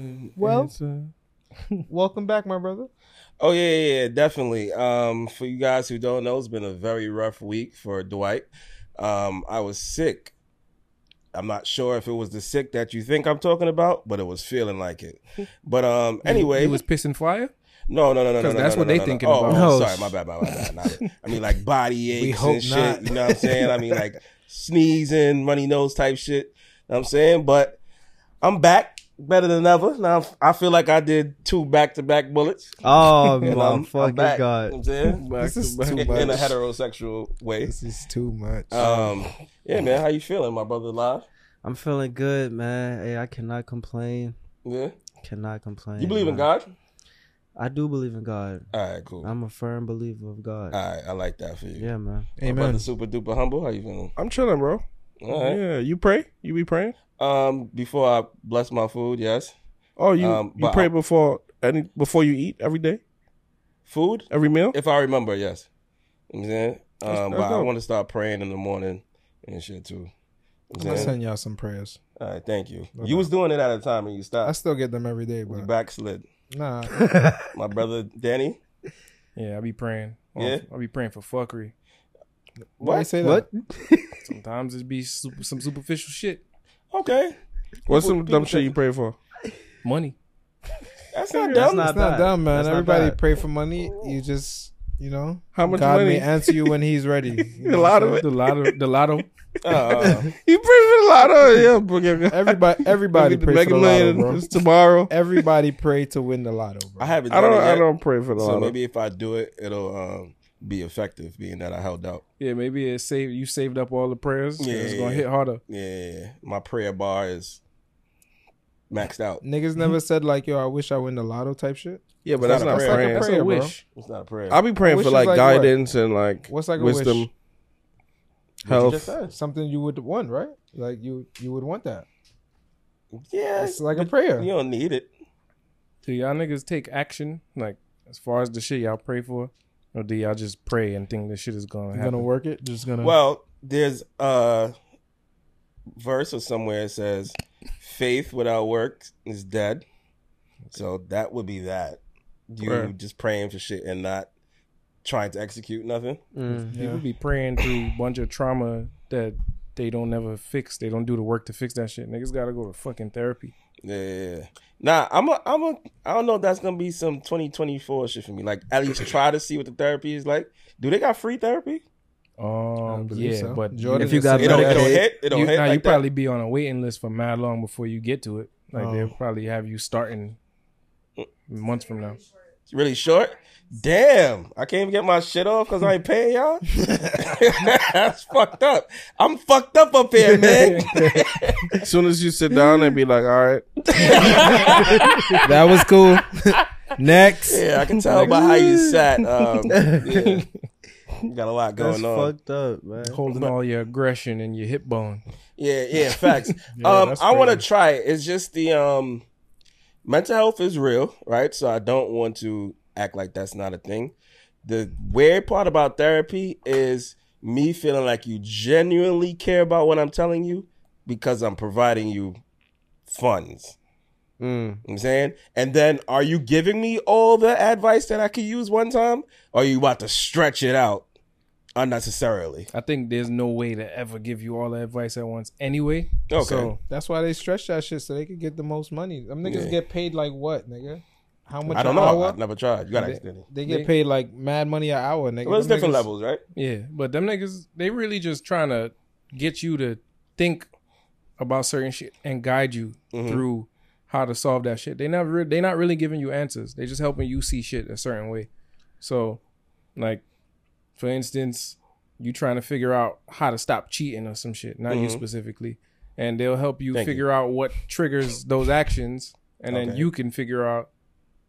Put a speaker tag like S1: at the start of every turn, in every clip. S1: Um,
S2: Johnson.
S3: uh,
S1: welcome back, my brother.
S4: Oh yeah, yeah, yeah, definitely. Um, for you guys who don't know, it's been a very rough week for Dwight. Um, I was sick. I'm not sure if it was the sick that you think I'm talking about, but it was feeling like it. But um, anyway,
S2: he Hmm. was pissing flyer.
S4: no, no, no, no, no,
S2: 'Cause
S4: no,
S2: that's
S4: no,
S2: what
S4: no,
S2: they
S4: no,
S2: thinking
S4: no. Oh,
S2: about.
S4: Oh,
S1: No.
S4: sorry, my bad, my bad. my bad. I mean, like body aches
S1: hope
S4: and shit.
S1: not.
S4: You know what I'm saying? I mean, like sneezing, runny nose type shit. You know what I'm saying, but I'm back better than ever. Now I feel like I did two back to back bullets.
S1: Oh
S4: And
S1: my
S4: I'm- I'm
S1: fucking
S4: back.
S1: god.
S4: You know what I'm saying?
S1: This is too
S4: in, in a
S1: much.
S4: heterosexual way.
S3: This is too much.
S4: Um, yeah, man, how you feeling, my brother? Live,
S1: I'm feeling good, man. Hey, I cannot complain.
S4: yeah.
S1: Cannot complain.
S4: You believe in
S1: man.
S4: God?
S1: I do believe in God.
S4: All right, cool. All
S1: I'm a firm believer of God.
S4: right, I like that for you.
S1: yeah, man.
S4: My brother,
S3: Amen.
S4: super duper humble. How you feeling?
S2: I'm chilling, bro.
S4: All right.
S2: Yeah, you pray. You be praying.
S4: Um, before I bless my food, yes,
S2: Oh, you
S4: Um,
S2: you
S4: but
S2: pray
S4: I-
S2: before any before you eat every day,
S4: food.
S2: every meal.
S4: If I remember, yes. You know what I'm saying, um,
S2: that's
S4: but I
S2: dope.
S4: want to start praying in the morning and shit too. You know
S3: I
S4: what I'm saying?
S3: send y'all some prayers.
S4: All right, thank you.
S3: No
S4: You was doing it at a time and you
S3: I
S4: stopped.
S3: still get them every day,
S4: You
S3: but
S4: backslid.
S3: nah.
S4: My brother Danny.
S2: Yeah, I be praying.
S5: Oh,
S4: Well, Yeah?
S2: I be praying for fuckery.
S3: Why you
S4: What?
S3: say that?
S1: What?
S2: Sometimes it be super, some superficial shit.
S4: Okay,
S2: What's
S4: People-
S2: some dumb
S4: people
S2: shit
S4: think-
S2: you pray for? Money.
S4: that's not
S1: That's
S4: dumb.
S1: not
S3: It's not
S1: bad.
S3: dumb, man.
S1: That's not
S3: Everybody
S1: bad.
S3: pray for money. You just, you know,
S2: How much
S3: God
S2: money?
S3: may answer you when He's ready. You
S2: The
S3: know what I'm
S2: lotto.
S3: saying?
S2: The lotto. The lotto.
S4: Uh,
S2: you pray for the lotto. Yeah, bro. yeah, yeah.
S3: Everybody, everybody
S2: Look at
S3: pray
S2: Mega
S3: for the lotto,
S2: Million
S3: bro.
S2: is tomorrow.
S3: Everybody pray to win the lotto, bro.
S4: I haven't.
S2: I don't.
S4: done it yet.
S2: I don't pray for the
S4: So
S2: lotto.
S4: maybe if I do it, it'll um, be effective, being that I held out.
S5: Yeah, maybe it saved you saved up all the prayers. Yeah, it's
S4: Yeah,
S5: gonna
S4: yeah.
S5: hit harder.
S4: Yeah, my prayer bar is maxed out.
S3: Niggas never said like, "Yo, I wish I win the lotto" type shit.
S2: yeah, but
S4: It's
S2: that's
S4: not
S2: not
S4: a prayer.
S2: praying.
S5: That's
S3: prayer,
S5: a
S3: bro.
S5: wish.
S4: It's not a prayer.
S2: I'll be praying
S3: Wish
S2: for
S3: is
S2: like,
S3: like what?
S2: guidance and like
S3: What's like a
S2: wisdom.
S3: wish?
S4: What you
S2: Health.
S4: just said.
S3: Something you would want, right? Like you, you would want that.
S4: Yeah,
S3: It's like a prayer.
S4: you don't need it.
S5: Do y'all niggas take action? Like as far as the shit y'all pray for, or do y'all just pray and think this shit is gonna
S3: You're
S5: happen?
S3: gonna work it. Just gonna.
S4: Well, there's a verse or somewhere it says, "Faith without works is dead." So that would be that. You
S2: Prayer.
S4: just praying for shit and not trying to execute nothing.
S1: Mm.
S3: Yeah.
S5: People be praying through a bunch of trauma that they don't never fix. They don't do the work to fix that shit. Niggas gotta go to fucking therapy.
S4: Yeah, yeah, yeah. Nah, I'm a, I'm a, I don't know if that's gonna be some 2024 shit for me. Like, at least try to see what the therapy is like. Do they got free therapy?
S5: Um,
S3: believe
S5: yeah,
S3: so.
S5: but
S3: Jordan
S1: if you
S3: is
S1: got
S4: It
S3: saying
S4: don't, it
S3: that-
S4: don't
S1: Medicaid.
S4: hit. It don't
S5: you,
S4: hit.
S5: nah,
S4: like
S5: you
S4: that.
S5: probably be on a waiting list for mad long before you get to it. Like
S3: Oh.
S5: they'll probably have you starting months from now.
S4: really short. Damn, I can't even get my shit off because I ain't paying y'all. That's fucked up. I'm fucked up up here, man.
S2: As soon as you sit down and be like, all right,
S3: that was cool. Next.
S4: yeah, I can tell by how you sat. Um, yeah. You Got a lot
S1: That's
S4: going on.
S1: fucked up, man.
S5: holding all your aggression and your hip bone.
S4: Yeah, yeah, facts. um,
S3: that's
S4: I want to try it. It's just the um, mental health is real, right? So I don't want to act like that's not a thing. The weird part about therapy is me feeling like you genuinely care about what I'm telling you because I'm providing you funds.
S1: Mm.
S4: You know what I'm saying, and then are you giving me all the advice that I could use one time, or are you about to stretch it out unnecessarily?
S5: I think there's no way to ever give you all the advice at once anyway.
S4: Okay.
S5: So
S3: That's why they stretch that shit so they could get the most money. Them niggas
S4: Yeah.
S3: get paid like what, nigga? How much
S4: I
S3: an
S4: don't know.
S3: hour?
S4: I've never tried. You gotta explain it.
S3: They get
S5: They-
S3: paid like mad money an hour, nigga.
S4: Well, it's
S3: Them
S4: different
S3: niggas-
S4: levels, right?
S5: yeah, but them niggas they really just trying to get you to think about certain shit and guide you
S4: Mhm.
S5: through how to solve that shit. They never they not really giving you answers. They just helping you see shit a certain way. So, like for instance, you trying to figure out how to stop cheating or some shit, not you
S4: Mhm.
S5: specifically, and they'll help you
S4: Thank you.
S5: figure out what triggers those actions, and then
S4: Okay.
S5: you can figure out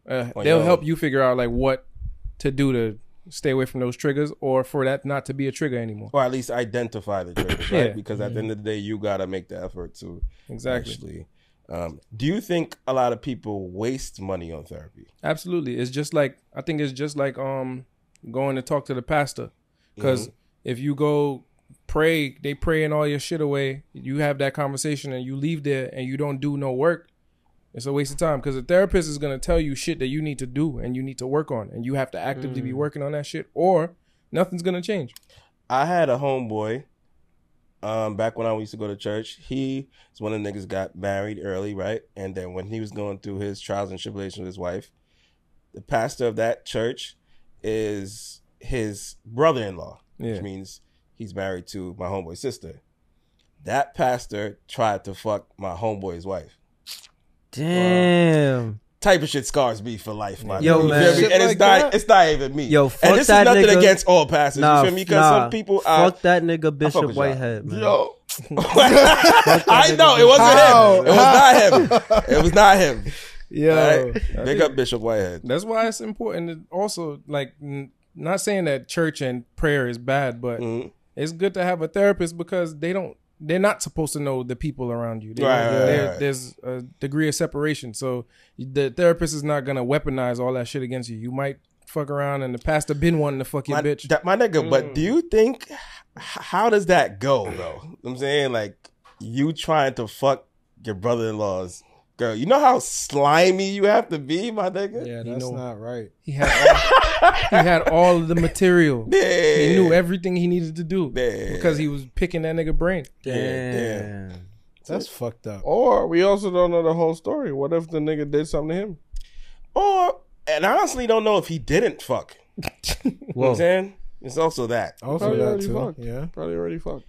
S5: uh,
S4: On
S5: they'll
S4: your
S5: help
S4: own.
S5: you figure out like what to do to stay away from those triggers or for that not to be a trigger anymore.
S4: or at least identify the triggers, right?
S5: Yeah.
S4: Because at the end of the day, you gotta make the effort to
S5: Exactly.
S4: actually. Um, do you think a lot of people waste money on therapy?
S5: Absolutely. It's just like I think it's just like um going to talk to the pastor
S4: Mm-hmm.
S5: because if you go pray, they praying all your shit away. You have that conversation and you leave there and you don't do no work. It's a waste of time because a therapist is going to tell you shit that you need to do and you need to work on, and you have to actively be working on that shit, or nothing's going to change.
S4: I had a homeboy. Um, back when I used to go to church, he was one of the niggas got married early, right? And then when he was going through his trials and tribulations with his wife, the pastor of that church is his brother-in-law,
S5: Yeah.
S4: which means he's married to my homeboy's sister. That pastor tried to fuck my homeboy's wife.
S1: Damn.
S4: Type of shit scars me for life, my
S1: Yo,
S4: nigga. You
S1: man.
S4: feel me?
S1: Shit
S4: and it's
S3: like
S4: not,
S3: that?
S4: it's not even me.
S1: Yo, fuck
S4: and this is
S1: that
S4: nothing
S1: nigga.
S4: against all pastors.
S1: nah,
S4: you feel me? Because
S1: nah.
S4: some people are
S1: fuck that nigga
S4: fuck
S1: Bishop
S4: with y'all.
S1: Whitehead, man.
S4: Yo. I know it wasn't him. It was not him. It was not him.
S3: Yo,
S4: Alright? Big up Bishop Whitehead.
S5: That's why it's important. To also, like, n- not saying that church and prayer is bad, but
S4: Mhm.
S5: it's good to have a therapist because they don't. They're not supposed to know the people around you. They-
S4: Right, right,
S5: there-
S4: right.
S5: There's a degree of separation, so the therapist is not gonna weaponize all that shit against you. You might fuck around, and the pastor been wanting to fuck your
S4: My,
S5: bitch.
S4: that- my nigga, but
S2: Mm.
S4: do you think h- how does that go though? You know what I'm saying like you trying to fuck your brother-in-law's girl. You know how slimy you have to be, my nigga.
S3: yeah,
S5: You
S3: that's
S5: know-
S3: not right.
S5: He had all, he had all of the material.
S4: Yeah.
S5: He knew everything he needed to do
S4: Yeah.
S5: because he was picking that nigga brain.
S1: Damn.
S3: That's fucked up.
S4: Oh,
S2: Or we also don't know the whole story. What if the nigga did something to him?
S4: Or and I honestly don't know if he didn't fuck. You know what I'm
S1: Whoa.
S4: saying it's also that.
S3: Also,
S2: Probably
S3: that
S2: already
S3: too.
S2: fucked.
S3: Yeah.
S2: Probably already fucked.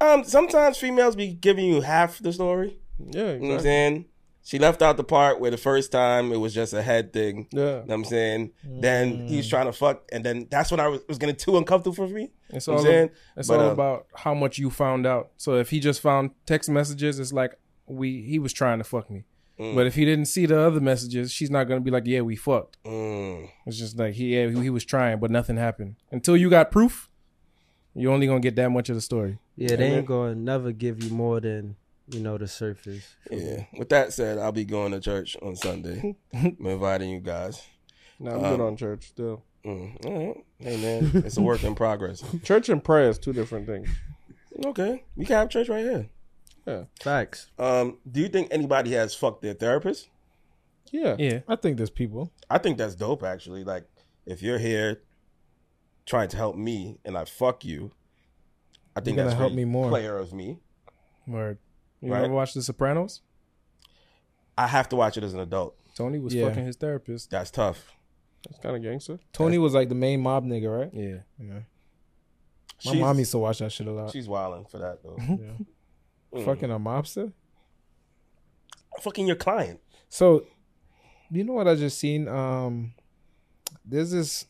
S4: Um, sometimes females be giving you half the story.
S2: Yeah,
S4: You
S3: Mm.
S4: know what I'm
S2: exactly.
S4: saying? She left out the part where the first time it was just a head thing. You
S2: Yeah.
S4: know what I'm saying? Then he was trying to fuck, and then that's when I was, it was getting too uncomfortable for me.
S5: It's
S4: You know
S5: all
S4: what I'm saying?
S5: it's
S4: But,
S5: all
S4: uh,
S5: about how much you found out. So if he just found text messages, it's like we he was trying to fuck me.
S4: Mm.
S5: But if he didn't see the other messages, she's not gonna be like, yeah, we fucked.
S4: Mm.
S5: It's just like he yeah, he was trying, but nothing happened until you got proof. You're only gonna get that much of the story.
S1: Yeah, they ain't gonna never give you more than you know the surface.
S4: Yeah. With that said, I'll be going to church on Sunday. I'm inviting you guys.
S2: Nah, I'm
S3: Uh-huh.
S2: good on church still.
S4: Mm. All right. Hey, man. It's a work in progress.
S2: Church and prayer is two different things.
S4: Okay. We can have church right here.
S1: Facts.
S4: Um, do you think anybody has fucked their therapist?
S2: Yeah.
S5: Yeah,
S3: I think there's people.
S4: I think that's dope, actually. Like, if you're here trying to help me and I fuck you, I think
S3: You're gonna
S4: that's
S3: help
S4: very
S3: me more.
S4: player of me.
S5: word. You
S4: Right.
S5: ever watch The Sopranos?
S4: I have to watch it as an adult.
S5: Tony was
S3: Yeah.
S5: fucking his therapist.
S4: That's tough.
S2: It's kind of gangster.
S3: Tony was like the main mob nigga, right?
S5: Yeah,
S3: Yeah. My
S4: She's,
S3: mom used to watch that shit a lot.
S4: she's wilding for that though. Mm.
S3: Yeah. Fucking a mobster.
S4: Fucking your client.
S3: So, you know what I just seen? Um, there's this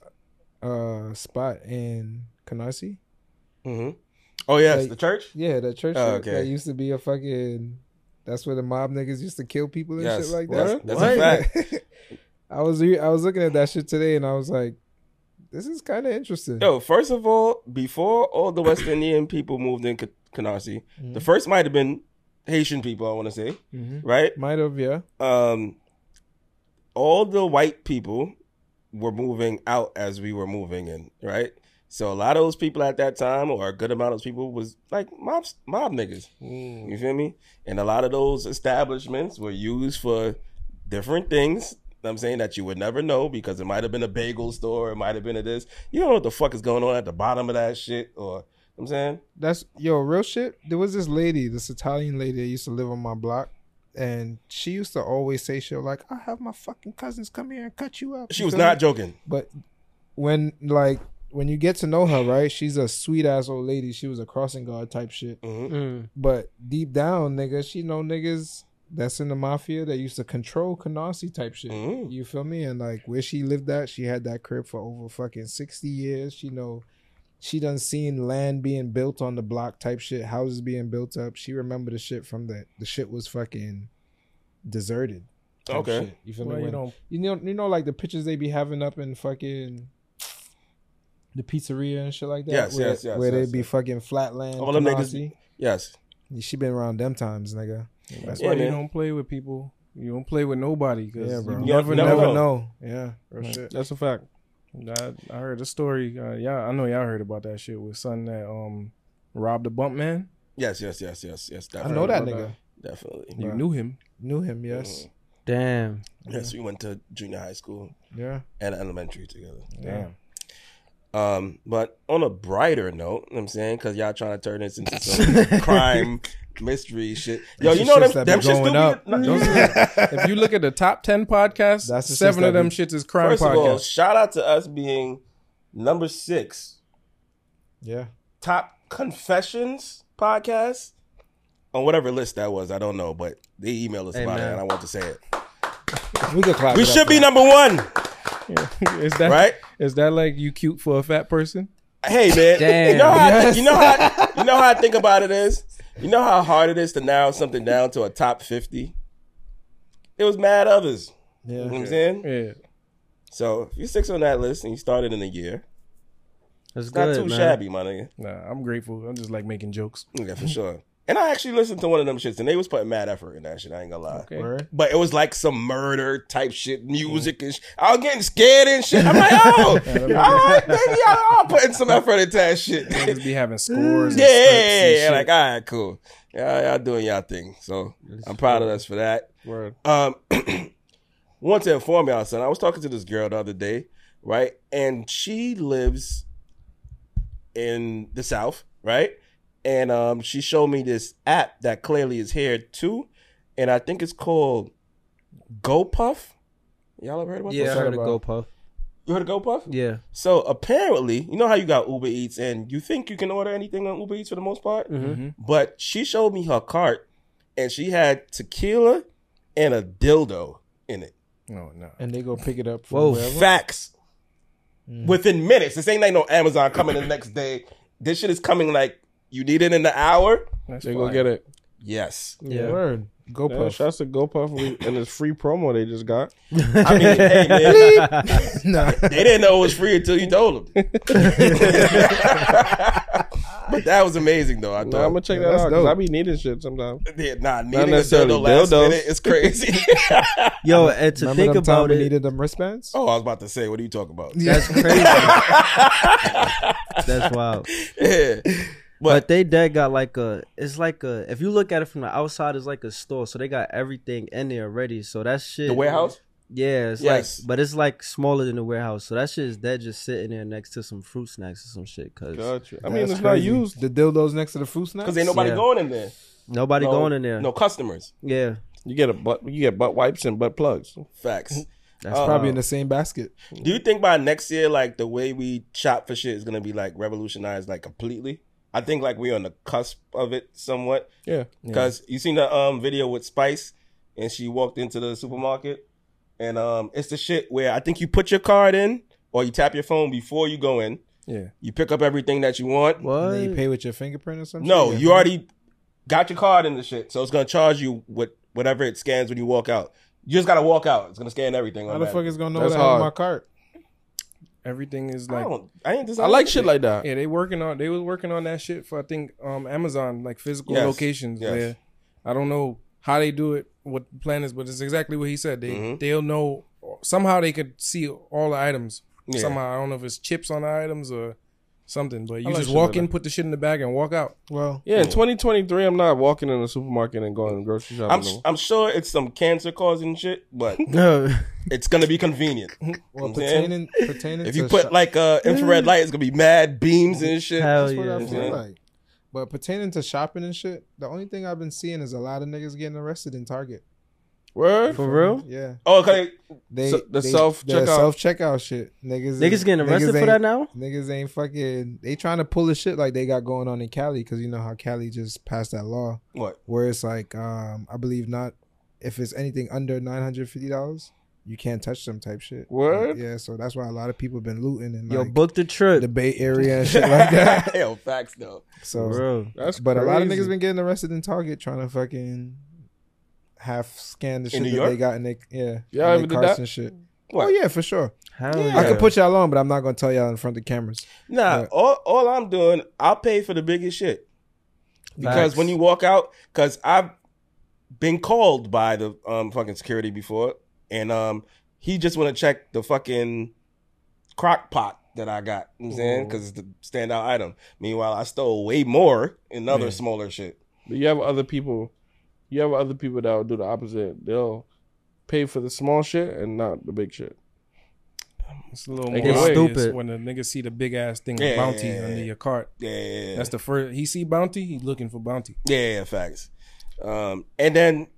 S3: uh spot in Canarsie.
S4: Mm-hmm. Oh yes,
S3: Like-
S4: the church.
S3: Yeah, that church
S4: Oh,
S3: that-
S4: okay.
S3: that used to be a fucking. That's where the mob niggas used to kill people and
S4: Yes,
S3: shit like
S4: that's-
S3: that.
S4: that's a
S3: Like, I was re- I was looking at that shit today and I was like, this is kind of interesting.
S4: Yo, first of all, before all the West Indian people moved in K- Canarsie,
S3: Mm-hmm.
S4: the first might have been Haitian people. I want to say, right?
S3: Might have, yeah.
S4: Um, all the white people were moving out as we were moving in, right? So a lot of those people at that time, or a good amount of those people, was like mobs, mob niggas. You feel me? And a lot of those establishments were used for different things. I'm saying that you would never know because it might have been a bagel store, it might have been a this. You don't know what the fuck is going on at the bottom of that shit, or I'm saying,
S3: That's yo, real shit. There was this lady, this Italian lady that used to live on my block, and she used to always say shit like, "I'll have my fucking cousins come here and cut you up."
S4: she
S3: You
S4: was
S3: feel me?
S4: not joking.
S3: But when like when you get to know her, right? She's a sweet ass old lady. She was a crossing guard type shit.
S4: Mhm.
S1: Mm.
S3: But deep down, nigga, she know niggas that's in the mafia that used to control Canarsie type shit.
S4: Mhm.
S3: You feel me? And like where she lived at, she had that crib for over fucking sixty years. She know she done seen land being built on the block type shit, houses being built up. She remember the shit from the the shit was fucking deserted. type
S4: Okay.
S3: shit. You feel
S5: well,
S3: me?
S5: you
S3: When-
S5: don't.
S3: you know, you know, like the pictures they be having up in fucking the pizzeria and shit like that.
S4: Yes,
S3: where,
S4: yes, yes,
S3: Where
S4: yes,
S3: they be
S4: yes.
S3: fucking flatland.
S4: All them niggas-
S3: Canarsie.
S4: Yes.
S3: She been around them times, nigga. That's
S5: That's
S4: Yeah,
S5: why
S4: man.
S5: you don't play with people. You don't play with nobody because
S3: Yeah, bro.
S5: you
S3: You
S5: never,
S4: never
S5: know.
S3: Never know. Yeah, real
S5: Right.
S3: shit.
S2: That's a fact.
S5: I, I heard a story. Uh, yeah, I know y'all heard about that shit with son that um robbed a bump man.
S4: Yes, yes, yes, yes, yes.
S3: I
S4: Definitely.
S3: know that about nigga.
S4: Definitely.
S5: You
S3: Bruh.
S5: knew him.
S3: Knew him, yes.
S1: Damn.
S4: Yes, we went to junior high school
S3: Yeah.
S4: and elementary together.
S5: Damn.
S4: Um, but on a brighter note, you know what I'm saying, because y'all trying to turn this into some crime mystery shit. Yo, you
S3: Some
S4: know
S3: shits
S4: them,
S3: that
S4: them
S3: be
S4: shits do
S3: going
S4: be-
S3: up.
S4: no,
S5: Those are- if you look at the top ten podcasts,
S3: That's the
S5: seven
S3: shits
S5: of
S3: that
S5: them
S3: be-
S5: shits is crime
S4: First of all,
S5: podcasts.
S4: shout out to us being number six
S3: Yeah.
S4: top confessions podcast on whatever list that was. I don't know, but they emailed us
S1: Hey,
S4: about
S1: man.
S4: it, and I want to say it.
S3: We could clap.
S4: We
S3: it up,
S4: should be
S3: man.
S4: number one,
S5: is that
S4: right?
S5: Is that like you cute for a fat person?
S4: Hey man,
S1: Damn.
S4: you know how
S3: Yes.
S4: you know how you know how I think about it is, you know how hard it is to narrow something down to a top fifty. It was mad others. You know what I'm saying?
S5: Yeah.
S4: So if you six on that list and you started in a year,
S1: That's
S4: it's not
S1: good,
S4: too
S1: man.
S4: shabby, my nigga.
S5: Nah, I'm grateful. I'm just like making jokes.
S4: Yeah, for sure. And I actually listened to one of them shits, and they was putting mad effort in that shit. I ain't gonna lie.
S5: Okay.
S3: Word.
S4: But it was like some murder type shit, music and sh- I was getting scared and shit. I'm like, oh, all right, maybe I- I'm putting some effort into that shit.
S5: They
S4: yeah,
S5: just be having scores. and
S4: yeah,
S5: scripts
S4: yeah,
S5: and
S4: yeah.
S5: shit.
S4: Like, all right, cool. Y'all, y'all doing y'all thing. So I'm proud of us for that.
S3: Word.
S4: Um, want to inform y'all, son. I was talking to this girl the other day, right? And she lives in the South, right? And um, she showed me this app that clearly is here too, and I think it's called GoPuff. Y'all ever heard about
S1: Yeah, I
S4: this?
S1: heard of
S3: about?
S1: GoPuff.
S4: You heard of GoPuff?
S1: Yeah.
S4: So apparently, you know how you got Uber Eats, and you think you can order anything on Uber Eats for the most part.
S5: Mhm.
S4: But she showed me her cart, and she had tequila and a dildo in it.
S5: No, no.
S3: And they go pick it up from
S1: Whoa.
S3: wherever.
S4: Facts within minutes. This ain't like no Amazon coming the next day. This shit is coming like you need it in the hour.
S5: That's
S3: They
S5: fire.
S3: go get it.
S4: Yes,
S1: Yeah.
S3: Word. Go
S2: Yeah,
S3: puff.
S2: shout out to GoPuff we- and this free promo they just got.
S4: I mean, hey man,
S3: nah.
S4: they didn't know it was free until you told them. but that was amazing though. I
S2: Nah, I'm
S4: thought
S2: gonna check
S3: Yeah,
S2: that
S3: that's
S2: out because
S3: dope.
S2: I be needing shit sometimes.
S4: Yeah, nah, needing a
S2: necessarily
S4: dildo last
S2: dildos.
S4: minute is crazy.
S1: Yo, and to
S3: Remember
S1: think
S3: them time
S1: about
S3: we
S1: it,
S3: needed them wristbands?
S4: oh, I was about to say, what are you talking about?
S1: that's crazy. that's wild.
S4: Yeah.
S1: But,
S4: But-
S1: they dead got like a it's like a if you look at it from the outside it's like a store so they got everything in there already so that shit
S4: The warehouse.
S1: yeah it's
S4: Yes.
S1: like but it's like smaller than the warehouse so that shit is dead just sitting there next to some fruit snacks or some shit cause
S2: Gotcha. I mean,
S3: That's
S2: it's not
S3: crazy.
S2: used.
S3: The dildos next to the fruit snacks?
S4: Because ain't nobody
S1: Yeah.
S4: going in there.
S1: nobody
S4: No-
S1: going in there
S4: No customers.
S1: yeah
S2: You get a butt. You get butt wipes and butt plugs.
S4: Facts.
S1: that's
S4: Uh,
S3: Probably in the same basket.
S4: Do you think by next year, like the way we shop for shit is gonna be like revolutionized, like completely? I think like we're on the cusp of it somewhat.
S2: Yeah.
S4: Cause you seen the um video with Spice, and she walked into the supermarket, and um it's the shit where I think you put your card in or you tap your phone before you go in.
S5: Yeah.
S4: You pick up everything that you want.
S3: And then you
S1: what
S3: pay with your fingerprint or something?
S4: No, you already got your card in the shit, so it's gonna charge you with whatever it scans when you walk out. You just gotta walk out. It's gonna scan everything.
S3: How the fuck
S4: automatically.
S3: is going to know
S2: That's
S3: what I have in
S2: hard.
S3: my cart?
S5: Everything is
S4: I
S5: like
S4: don't. I ain't
S2: I like shit like
S4: Uh,
S2: that.
S5: Yeah, they working on they was working on that shit for I think um Amazon like physical
S4: Yes,
S5: locations
S4: yes.
S5: where I don't know how they do it, what the plan is, but it's exactly what he said. They
S4: Mhm.
S5: they'll know somehow they could see all the items.
S4: Yeah.
S5: Somehow I don't know if it's chips on the items or something, but you
S2: like
S5: just
S2: shit
S5: walk
S2: like
S5: in, put the shit in the bag, and walk out.
S3: Well,
S2: Yeah, in 2023, I'm not walking in the supermarket and going grocery shopping.
S4: I'm
S2: no more.
S4: I'm sure it's some cancer causing shit, but
S1: no
S4: it's gonna be convenient.
S3: well
S4: I'm saying,
S3: pertaining, pertaining
S4: if
S3: to
S4: you put
S3: shop-
S4: like uh infrared light, it's gonna be mad beams and shit.
S1: hell
S3: That's what I
S1: yeah
S3: feel
S4: Yeah.
S3: like. But pertaining to shopping and shit, the only thing I've been seeing is a lot of niggas getting arrested in Target.
S2: Word.
S1: for real
S3: Yeah,
S4: Oh, okay.
S3: they
S2: So- the
S3: they-
S2: self-checkout-
S3: self checkout shit. Niggas
S1: niggas getting arrested for
S3: ain't-
S1: that now
S3: Niggas ain't fucking. They trying to pull the shit like they got going on in Cali because you know how Cali just passed that law
S4: What?
S3: where it's like, um, I believe not. If it's anything under nine hundred fifty dollars, you can't touch them type shit.
S2: Word?
S3: Yeah, so that's why a lot of people been looting and
S1: yo
S3: like
S1: book the trip
S3: the Bay Area and shit like that.
S4: Hell, facts though.
S1: for
S3: So
S1: real
S2: That's
S3: but a lot of
S2: crazy.
S3: niggas been getting arrested in Target trying to fucking half scan the shit
S4: New
S3: that
S4: York?
S3: they got in their yeah
S2: Y'all
S3: in
S2: ever
S3: their
S2: did
S3: carts
S2: that?
S3: and shit.
S4: What?
S3: Oh yeah, for sure.
S1: hell
S4: Yeah.
S1: yeah,
S3: I could put y'all on, but I'm not gonna tell y'all in front of cameras.
S4: Nah,
S3: Yeah.
S4: all all I'm doing, I'll pay for the biggest shit because
S1: Facts.
S4: when you walk out, because I've been called by the um fucking security before, and um he just want to check the fucking crock pot that I got. You know what I'm saying because it's the standout item. Meanwhile, I stole way more in other
S5: Yeah.
S4: smaller shit.
S2: But you have other people. You have other people that will do the opposite. They'll pay for the small shit and not the big shit.
S5: It's a little
S2: They
S5: more
S2: get
S5: obvious
S1: stupid.
S5: when the nigga see the big ass thing
S4: Yeah,
S5: of bounty
S4: yeah, yeah,
S5: under
S4: yeah.
S5: your cart.
S4: Yeah, yeah, yeah.
S5: That's the first he see bounty, he's looking for bounty.
S4: Yeah, yeah, facts. Um, and then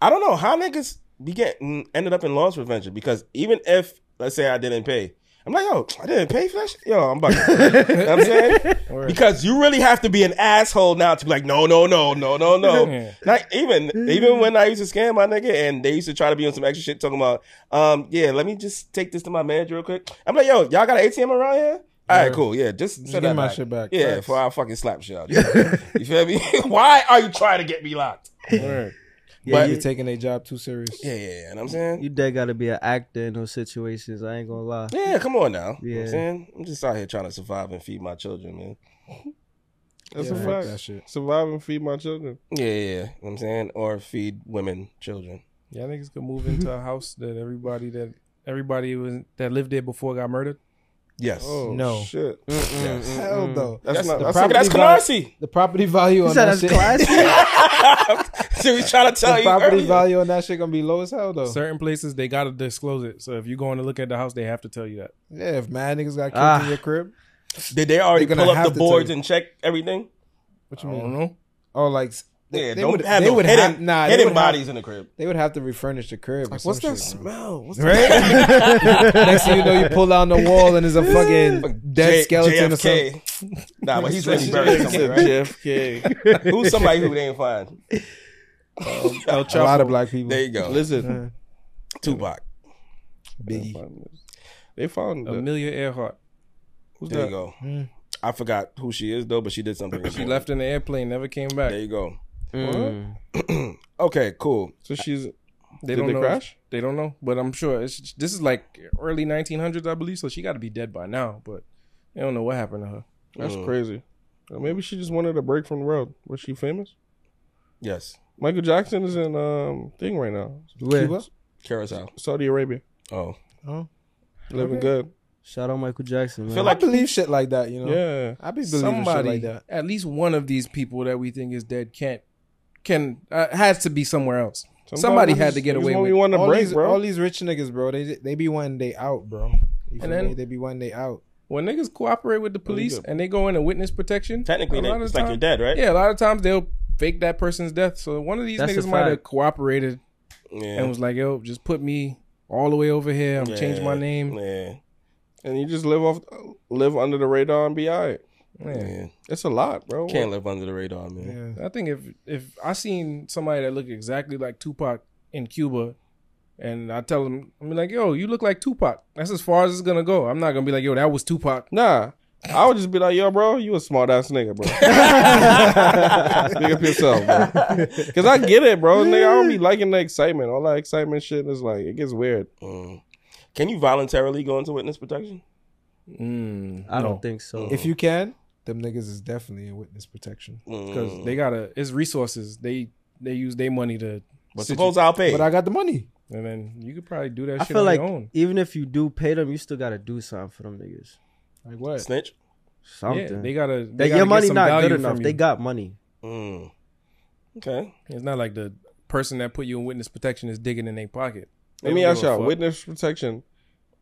S4: I don't know how niggas be getting ended up in loss prevention because even if let's say I didn't pay, I'm like, yo, I didn't pay for that shit. Yo, I'm bugging. you know what I'm saying because you really have to be an asshole now to be like, no, no, no, no, no, no.
S5: Yeah.
S4: Not even even when I used to scam my nigga and they used to try to be on some extra shit talking about, um, yeah, let me just take this to my manager real quick. I'm like, yo, y'all got an ATM around here? All right, cool. Yeah, just send
S3: give
S4: that
S3: my
S4: back.
S3: shit back.
S4: Yeah,
S3: Facts.
S4: before I fucking slap shit out. of You You feel me? Why are you trying to get me locked?
S3: Yeah,
S4: But-
S3: you're taking their job too serious.
S4: Yeah, yeah, yeah. You know what I'm saying?
S1: You dead gotta be an actor in those situations. I ain't gonna lie.
S4: yeah, come on now. You know what I'm
S1: Yeah.
S4: saying? I'm just out here trying to survive and feed my children, man.
S2: That's
S3: Yeah,
S2: a
S3: fuck
S2: fact.
S3: that shit.
S2: Survive and feed my children.
S4: Yeah, yeah, yeah. You know what I'm saying? Or feed women children.
S5: Yeah, niggas could move into a house that everybody that everybody was that lived there before got murdered.
S4: Yes.
S2: Oh
S3: No.
S2: shit.
S4: Yes.
S3: Hell no.
S2: That's,
S4: Fuck,
S2: not. That's,
S3: property
S4: Mm. that's
S3: value-
S4: Canarsie.
S3: The property value
S1: You
S3: on
S1: said
S3: that
S1: that's
S3: shit.
S1: classy.
S4: so we trying to tell
S3: the
S4: Oh, you
S3: property
S4: earlier.
S3: value on that shit gonna be low as hell though.
S5: Certain places they gotta disclose it. So if you're going to look at the house, they have to tell you that.
S3: Yeah, if mad niggas got kicked
S1: Ah.
S3: in your crib,
S4: Did they already
S3: They're gonna
S4: pull up
S3: have
S4: the
S3: to tell
S4: boards
S3: you.
S4: and check everything?
S3: what
S5: I
S3: you
S5: don't
S3: mean?
S5: know.
S3: Oh, like
S4: Yeah,
S3: they, they
S4: don't
S3: would,
S4: have
S3: they
S4: no
S3: would
S4: hidden,
S3: have nah, they
S4: hidden
S3: would have-
S4: bodies in the crib.
S3: they would have to refurnish the crib. or some shit, bro.
S4: smell? What's
S3: Right? Next thing you know, you pull down the wall and there's a fucking dead
S4: J-
S3: skeleton or something.
S4: JFK. Nah, but he's really buried somewhere, right?
S2: JFK.
S4: Who's somebody who they ain't
S5: Um,
S4: find?
S3: A lot of black people.
S4: There you go.
S2: Listen,
S4: Tupac.
S3: Biggie.
S2: they found it.
S5: Amelia Earhart.
S2: Who's
S4: There you
S2: that?
S4: go.
S5: Mm.
S4: I forgot who she is though, but she did something.
S5: She
S4: important.
S5: left in the airplane, never came back.
S4: There you go.
S1: Mm.
S4: Okay, cool.
S2: So she's.
S5: They
S2: Did
S5: don't
S2: they
S5: know.
S2: crash?
S5: They don't know, but I'm sure it's, this is like early 1900s, I believe. So she got to be dead by now, but they don't know what happened to her.
S2: That's
S4: Mm.
S2: crazy. Or Uh, maybe she just wanted a break from the world. Was she famous?
S4: Yes,
S2: Michael Jackson is in um thing right now,
S1: Where?
S4: carousel.
S2: Saudi Arabia,
S4: Oh,
S2: living
S5: Okay.
S2: good.
S1: Shout out Michael Jackson. Man.
S4: feel
S3: I
S4: like
S3: believe shit like that,
S5: Oh.
S3: you know.
S2: Yeah,
S3: I be believing
S5: Somebody,
S3: shit like that.
S5: at least one of these people that we think is dead, can't can uh, has to be somewhere else. Somebody had to get away
S2: with.
S5: with.
S2: We want a
S3: All,
S2: break,
S3: these,
S2: bro.
S3: all these rich niggas, bro, they they be wanting they out, bro. You feel
S5: then-
S3: me? They be wanting they out.
S5: When niggas cooperate with the police
S2: good.
S5: and they go into witness protection,
S4: technically,
S5: a
S4: they,
S5: lot of
S4: it's like
S5: time-
S4: you're dead, right?
S5: Yeah, a lot of times they'll fake that person's death. So one of these
S1: That's a
S5: niggas might have
S1: fact.
S5: cooperated
S4: yeah.
S5: and was like, "Yo, just put me all the way over here. I'm
S4: Yeah.
S5: gonna change my name."
S4: Yeah,
S2: and you just live off, live under the radar and be alright.
S5: Yeah.
S4: yeah.
S2: It's a lot, bro.
S4: Can't live under the radar, man.
S3: Yeah.
S5: I think if if I seen somebody that looked exactly like Tupac in Cuba, and I tell them, I'm like, yo, you look like Tupac. That's as far as it's gonna go. I'm not gonna be like, yo, that was Tupac.
S2: Nah, I would just be like, yo, bro, you a smart ass nigga, bro. Speak up yourself, bro. Cause I get it, bro. Nigga, I don't be liking the excitement. All that excitement shit is like, it gets weird.
S4: Mm. Can you voluntarily go into witness protection?
S5: Mm,
S1: I don't think so.
S3: If you can, them niggas is definitely in witness protection.
S5: because
S4: Mm.
S5: they gotta. It's resources. They they use their money to.
S4: But
S5: sit
S4: suppose I'll pay.
S3: But I got the money.
S5: you- and then you could probably do that
S1: I
S5: shit
S1: feel
S5: on
S1: like
S5: your own.
S1: even if you do pay them, you still gotta do something for them niggas.
S3: Like what?
S4: snitch.
S1: Something.
S5: Yeah, they gotta. They
S1: that
S5: gotta
S1: your
S5: get
S1: money
S5: some
S1: not
S5: value
S1: good
S5: from
S1: enough.
S5: you.
S1: They got money.
S4: Mm. Okay.
S5: It's not like the person that put you in witness protection is digging in their pocket. They
S2: Let me
S5: don't
S2: ask
S5: give a
S2: y'all,
S5: fuck.
S2: witness protection,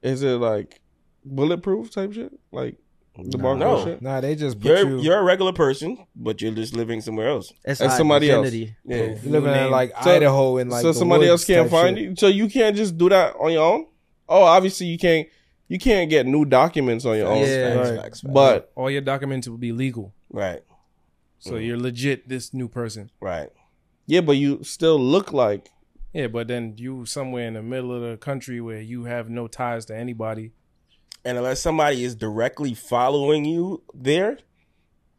S2: is it like bulletproof type shit? Like the
S4: No.
S2: barcode shit?
S3: Nah, they just put
S4: You're
S3: you.
S4: you're a regular person, but you're just living somewhere else.
S1: It's
S2: That's somebody else.
S1: identity.
S4: Yeah.
S3: you living
S5: Your
S3: in
S5: name.
S3: like
S2: So-
S3: Idaho and like
S2: so
S3: the
S2: somebody else
S3: woods
S2: can't
S3: type
S2: find
S3: shit.
S2: you. So you can't just do that on your own. Oh, obviously you can't. You can't get new documents on your own.
S1: Yeah.
S4: Facts,
S1: Right.
S4: facts, facts.
S2: But
S5: All your documents will be legal,
S4: right,
S5: so you're legit this new person.
S4: right.
S2: yeah, but you still look like
S5: Yeah, but then you somewhere in the middle of the country where you have no ties to anybody.
S4: and unless somebody is directly following you there,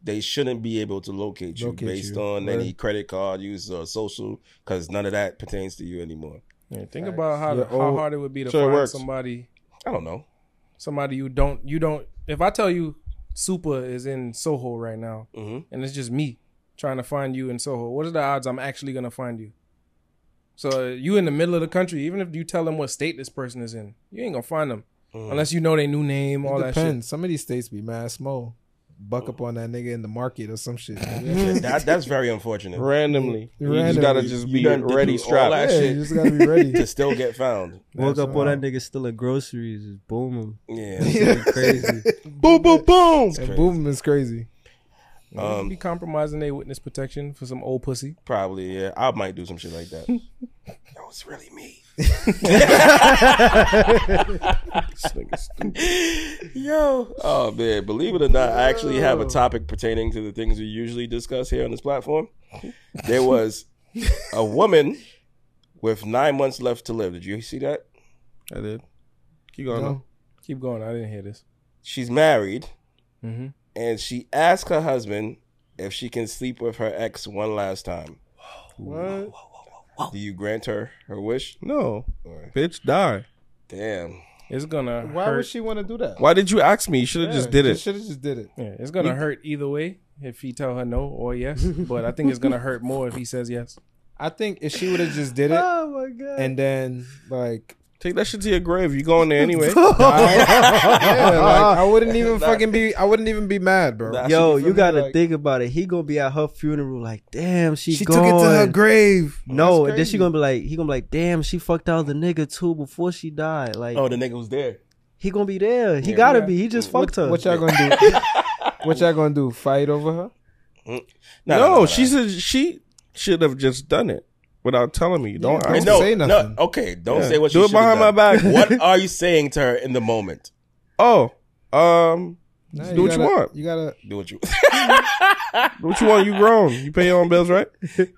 S4: they shouldn't be able to locate you
S3: Locate
S4: based
S3: you,
S4: on
S3: right.
S4: any credit card use or social, because none of that pertains to you anymore.
S5: Yeah, think about how,
S3: Your
S5: how
S3: old-
S5: hard it would be to
S2: oh, So it
S5: find
S2: works.
S5: somebody
S4: I don't know.
S5: somebody you don't you don't. If I tell you Super is in Soho right now,
S4: hmm
S5: and it's just me trying to find you in Soho, what are the odds I'm actually gonna find you? So uh, you in the middle of the country, even if you tell them what state this person is
S3: Mm.
S5: in, you ain't gonna find them unless you know their new name, all
S3: It
S5: that shit.
S3: depends. Some of these states be mad small. buck up on that nigga in the market or some shit.
S4: That, that's very unfortunate.
S2: randomly. You just
S3: Randomly.
S2: gotta just be
S4: You done
S2: ready,
S4: do all
S2: strapped.
S4: that
S3: Yeah, you just gotta be ready.
S4: To still get found.
S1: Woke up
S3: That's
S1: on
S3: right.
S1: that nigga stealing groceries, just boom
S4: Yeah.
S1: him. Crazy.
S2: Boom, boom, boom.
S3: and boom is crazy.
S4: Um,
S5: be compromising their witness protection for some old pussy.
S4: Probably, yeah. I might do some shit like that. that was really me. Yo. Oh man, believe it or not, I actually have a topic pertaining to the things we usually discuss here on this platform. There was a woman with nine months left to live. Did you see that?
S2: I did. Keep going.
S3: No.
S5: Keep going. I didn't hear this.
S4: She's married
S1: Mm-hmm.
S5: Mhm.
S4: and she asked her husband if she can sleep with her ex one last time.
S2: What?
S4: Do you grant her her wish?
S2: No.
S4: Or-
S2: Bitch, die.
S4: Damn.
S5: It's gonna
S3: Why
S5: hurt.
S3: would she want to do that?
S2: Why did you ask me? You should have just did it.
S3: Should have just did it.
S5: yeah, it's gonna hurt either way if he tell her no or yes. but I think it's gonna hurt more if he says yes.
S3: I think if she would have just did it
S1: oh my god.
S3: and then like,
S2: Take that shit to your grave. You going there anyway.
S3: yeah, like I wouldn't even fucking be. I wouldn't even be mad, bro.
S2: That-
S1: Yo, you
S3: me,
S1: gotta
S3: like-
S1: think about it. He gonna be at her funeral, like, damn, she,
S3: She
S1: gone.
S3: took it to her grave.
S1: No,
S3: That's
S1: and then she
S3: crazy.
S1: gonna be like, he gonna be like, damn, she fucked out the nigga too before she died. Like,
S4: Oh, the nigga was there.
S1: he gonna be there. He gotta
S5: yeah.
S1: be. He just fucked her.
S3: What y'all gonna do? what y'all gonna do? Fight over her?
S2: no,
S4: no, no, no.
S2: she said she should have just done it without telling me. Don't
S3: Yeah,
S2: ask.
S3: no.
S2: me.
S3: say nothing.
S4: No, okay, don't
S2: Yeah.
S4: say what
S2: Do
S4: you
S2: it behind
S4: should've
S2: my
S4: done.
S2: back.
S4: what are you saying to her in the moment?
S2: Oh, um,
S3: Nah,
S2: do what you
S3: gotta-
S2: want.
S3: You gotta.
S4: Do what you.
S2: do what you want. You grown. You pay your own bills, right?
S4: Alright.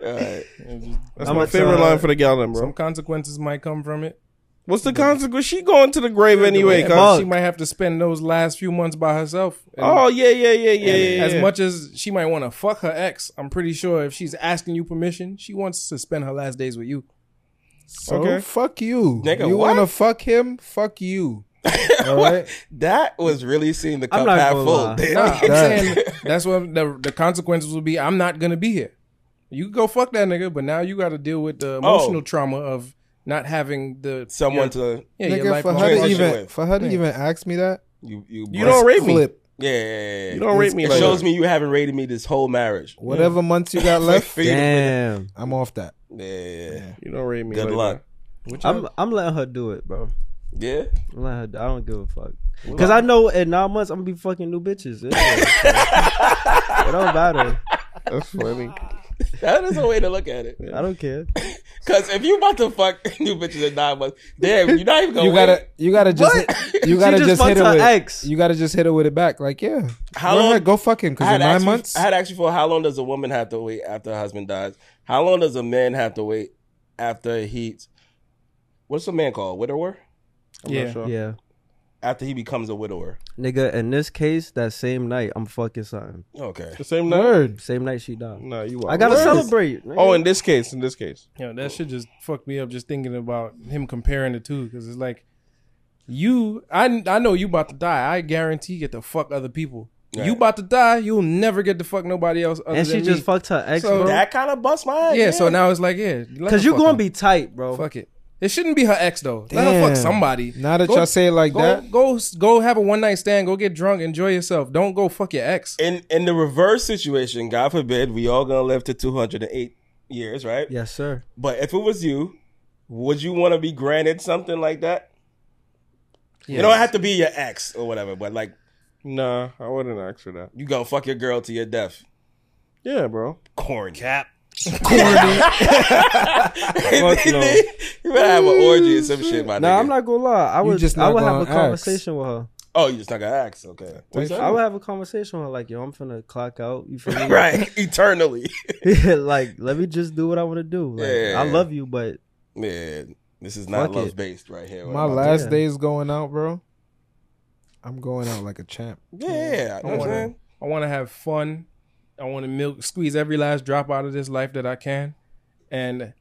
S2: That's
S1: I'm
S2: my
S1: a-
S2: favorite
S1: uh,
S2: line for the gallon, bro.
S5: Some consequences might come from it.
S2: What's the consequence? She going to the grave anyway.
S5: Yeah,
S2: cuz.
S5: but
S1: fuck.
S5: she might have to spend those last few months by herself. And
S2: Oh yeah, yeah, yeah, yeah. yeah
S5: As
S2: yeah.
S5: much as she might want to fuck her ex, I'm pretty sure if she's asking you permission, she wants to spend her last days with you.
S3: So
S2: Okay.
S3: fuck you.
S4: Nigga,
S3: you
S4: what?
S3: wanna fuck him? Fuck you. All right.
S4: that was really seeing the
S1: I'm
S4: cup
S1: not
S4: half
S1: gonna
S4: full.
S1: lie.
S5: Nah, I'm
S3: That-
S5: saying that's what the, the consequences will be. I'm not gonna be here. You can go fuck that nigga, but now you got to deal with
S2: Oh.
S5: the emotional trauma of not having the
S4: Someone
S5: your-
S4: to
S5: yeah, your
S3: Nigga, for
S5: lifelong
S3: her to
S4: Transition
S5: relationship.
S3: even
S4: with.
S3: for her to even ask me that,
S4: you. You,
S2: you don't rate me.
S3: flip
S4: Yeah, yeah, yeah, yeah.
S2: You don't rate me.
S4: It
S2: like
S4: shows
S2: that.
S4: me you haven't rated me this whole marriage.
S3: whatever months you got left.
S4: For you to-
S1: Damn,
S3: I'm off that.
S4: Yeah, yeah, yeah.
S2: You don't rate me.
S4: Good
S2: like
S4: luck.
S1: I'm I'm letting her do it, bro.
S4: Yeah.
S1: I'm letting her. do- I don't give a fuck. Cause I know in nine months I'm gonna be fucking new bitches. anyway, so. it don't matter.
S2: that. That's funny.
S4: That is a way to look at it.
S1: I don't care.
S4: Because if you about to fuck new bitches in nine months, damn, you're not even gonna.
S3: You gotta you gotta just
S4: What?
S3: you gotta
S1: She
S3: just,
S1: just
S3: hit
S1: fucked
S3: it
S1: her
S3: with
S1: ex.
S3: you gotta just hit it with it back. Like yeah,
S4: How
S3: Go
S4: long-
S3: ahead, go fuck him because in nine
S4: asked you-
S3: months.
S4: I had asked you for how long does a woman have to wait after her husband dies? How long does a man have to wait after he? What's a man called? Widower.
S2: I'm
S5: Yeah.
S2: not sure.
S1: Yeah,
S4: After he becomes a widower.
S1: nigga. In this case, that same night I'm fucking something.
S4: Okay.
S2: The same night.
S3: Word.
S1: Same night she
S5: Mm.
S1: died.
S2: No, you.
S1: I gotta
S2: wild.
S1: celebrate. nigga.
S2: Oh, in this case, in this case,
S5: Yeah, that shit just fucked me up just thinking about him comparing the two because it's like you, I I know you about to die. I guarantee you get to fuck other people. You
S4: Right.
S5: about to die, you'll never get to fuck nobody else. Other
S1: and she
S5: than
S1: just
S5: me.
S1: fucked her ex,
S5: So-
S1: bro.
S4: That kind of busts my ass.
S5: Yeah, so now it's like yeah, let
S1: Cause
S5: her
S1: you
S5: fuck
S1: gonna
S5: him.
S1: be tight, bro.
S5: fuck it. It shouldn't be her ex though. Let her
S3: Damn.
S5: fuck somebody.
S3: Now that
S5: Go-
S3: y'all say it like
S5: go,
S3: that,
S5: Go go have a one night stand. Go get drunk. Enjoy yourself. Don't go fuck your ex.
S4: in in the reverse situation, God forbid, we all gonna live to two hundred and eight years, right?
S1: Yes, sir.
S4: But if it was you, would you want to be granted something like that? You don't have to be your ex or whatever, but like
S2: nah, I wouldn't ask for that.
S4: you gonna fuck your girl to your death.
S2: Yeah, bro.
S4: Corn cap.
S2: Fuck
S4: you
S2: no.
S4: better have an orgy or some shit, my
S1: Nah,
S4: nigga.
S1: I'm not gonna lie. I would
S3: just
S1: I
S3: not
S1: would have a
S3: gonna ask.
S1: conversation with her.
S4: Oh, you just not gonna ask? Okay.
S1: I would have a conversation with her, like, yo, I'm finna clock out. You feel me?
S4: right. Eternally.
S1: like, let me just do what I wanna do. Like,
S4: Yeah.
S1: I love you, but
S4: Man, this is not
S1: Fuck
S4: love
S1: it.
S4: based right here.
S3: my
S4: What about
S3: last
S1: Yeah.
S3: days going out, bro. I'm going out like a champ.
S4: that? Yeah, I know
S5: I
S4: what I'm
S5: want
S4: saying.
S5: to. I want to have fun. I want to milk, squeeze every last drop out of this life that I can, and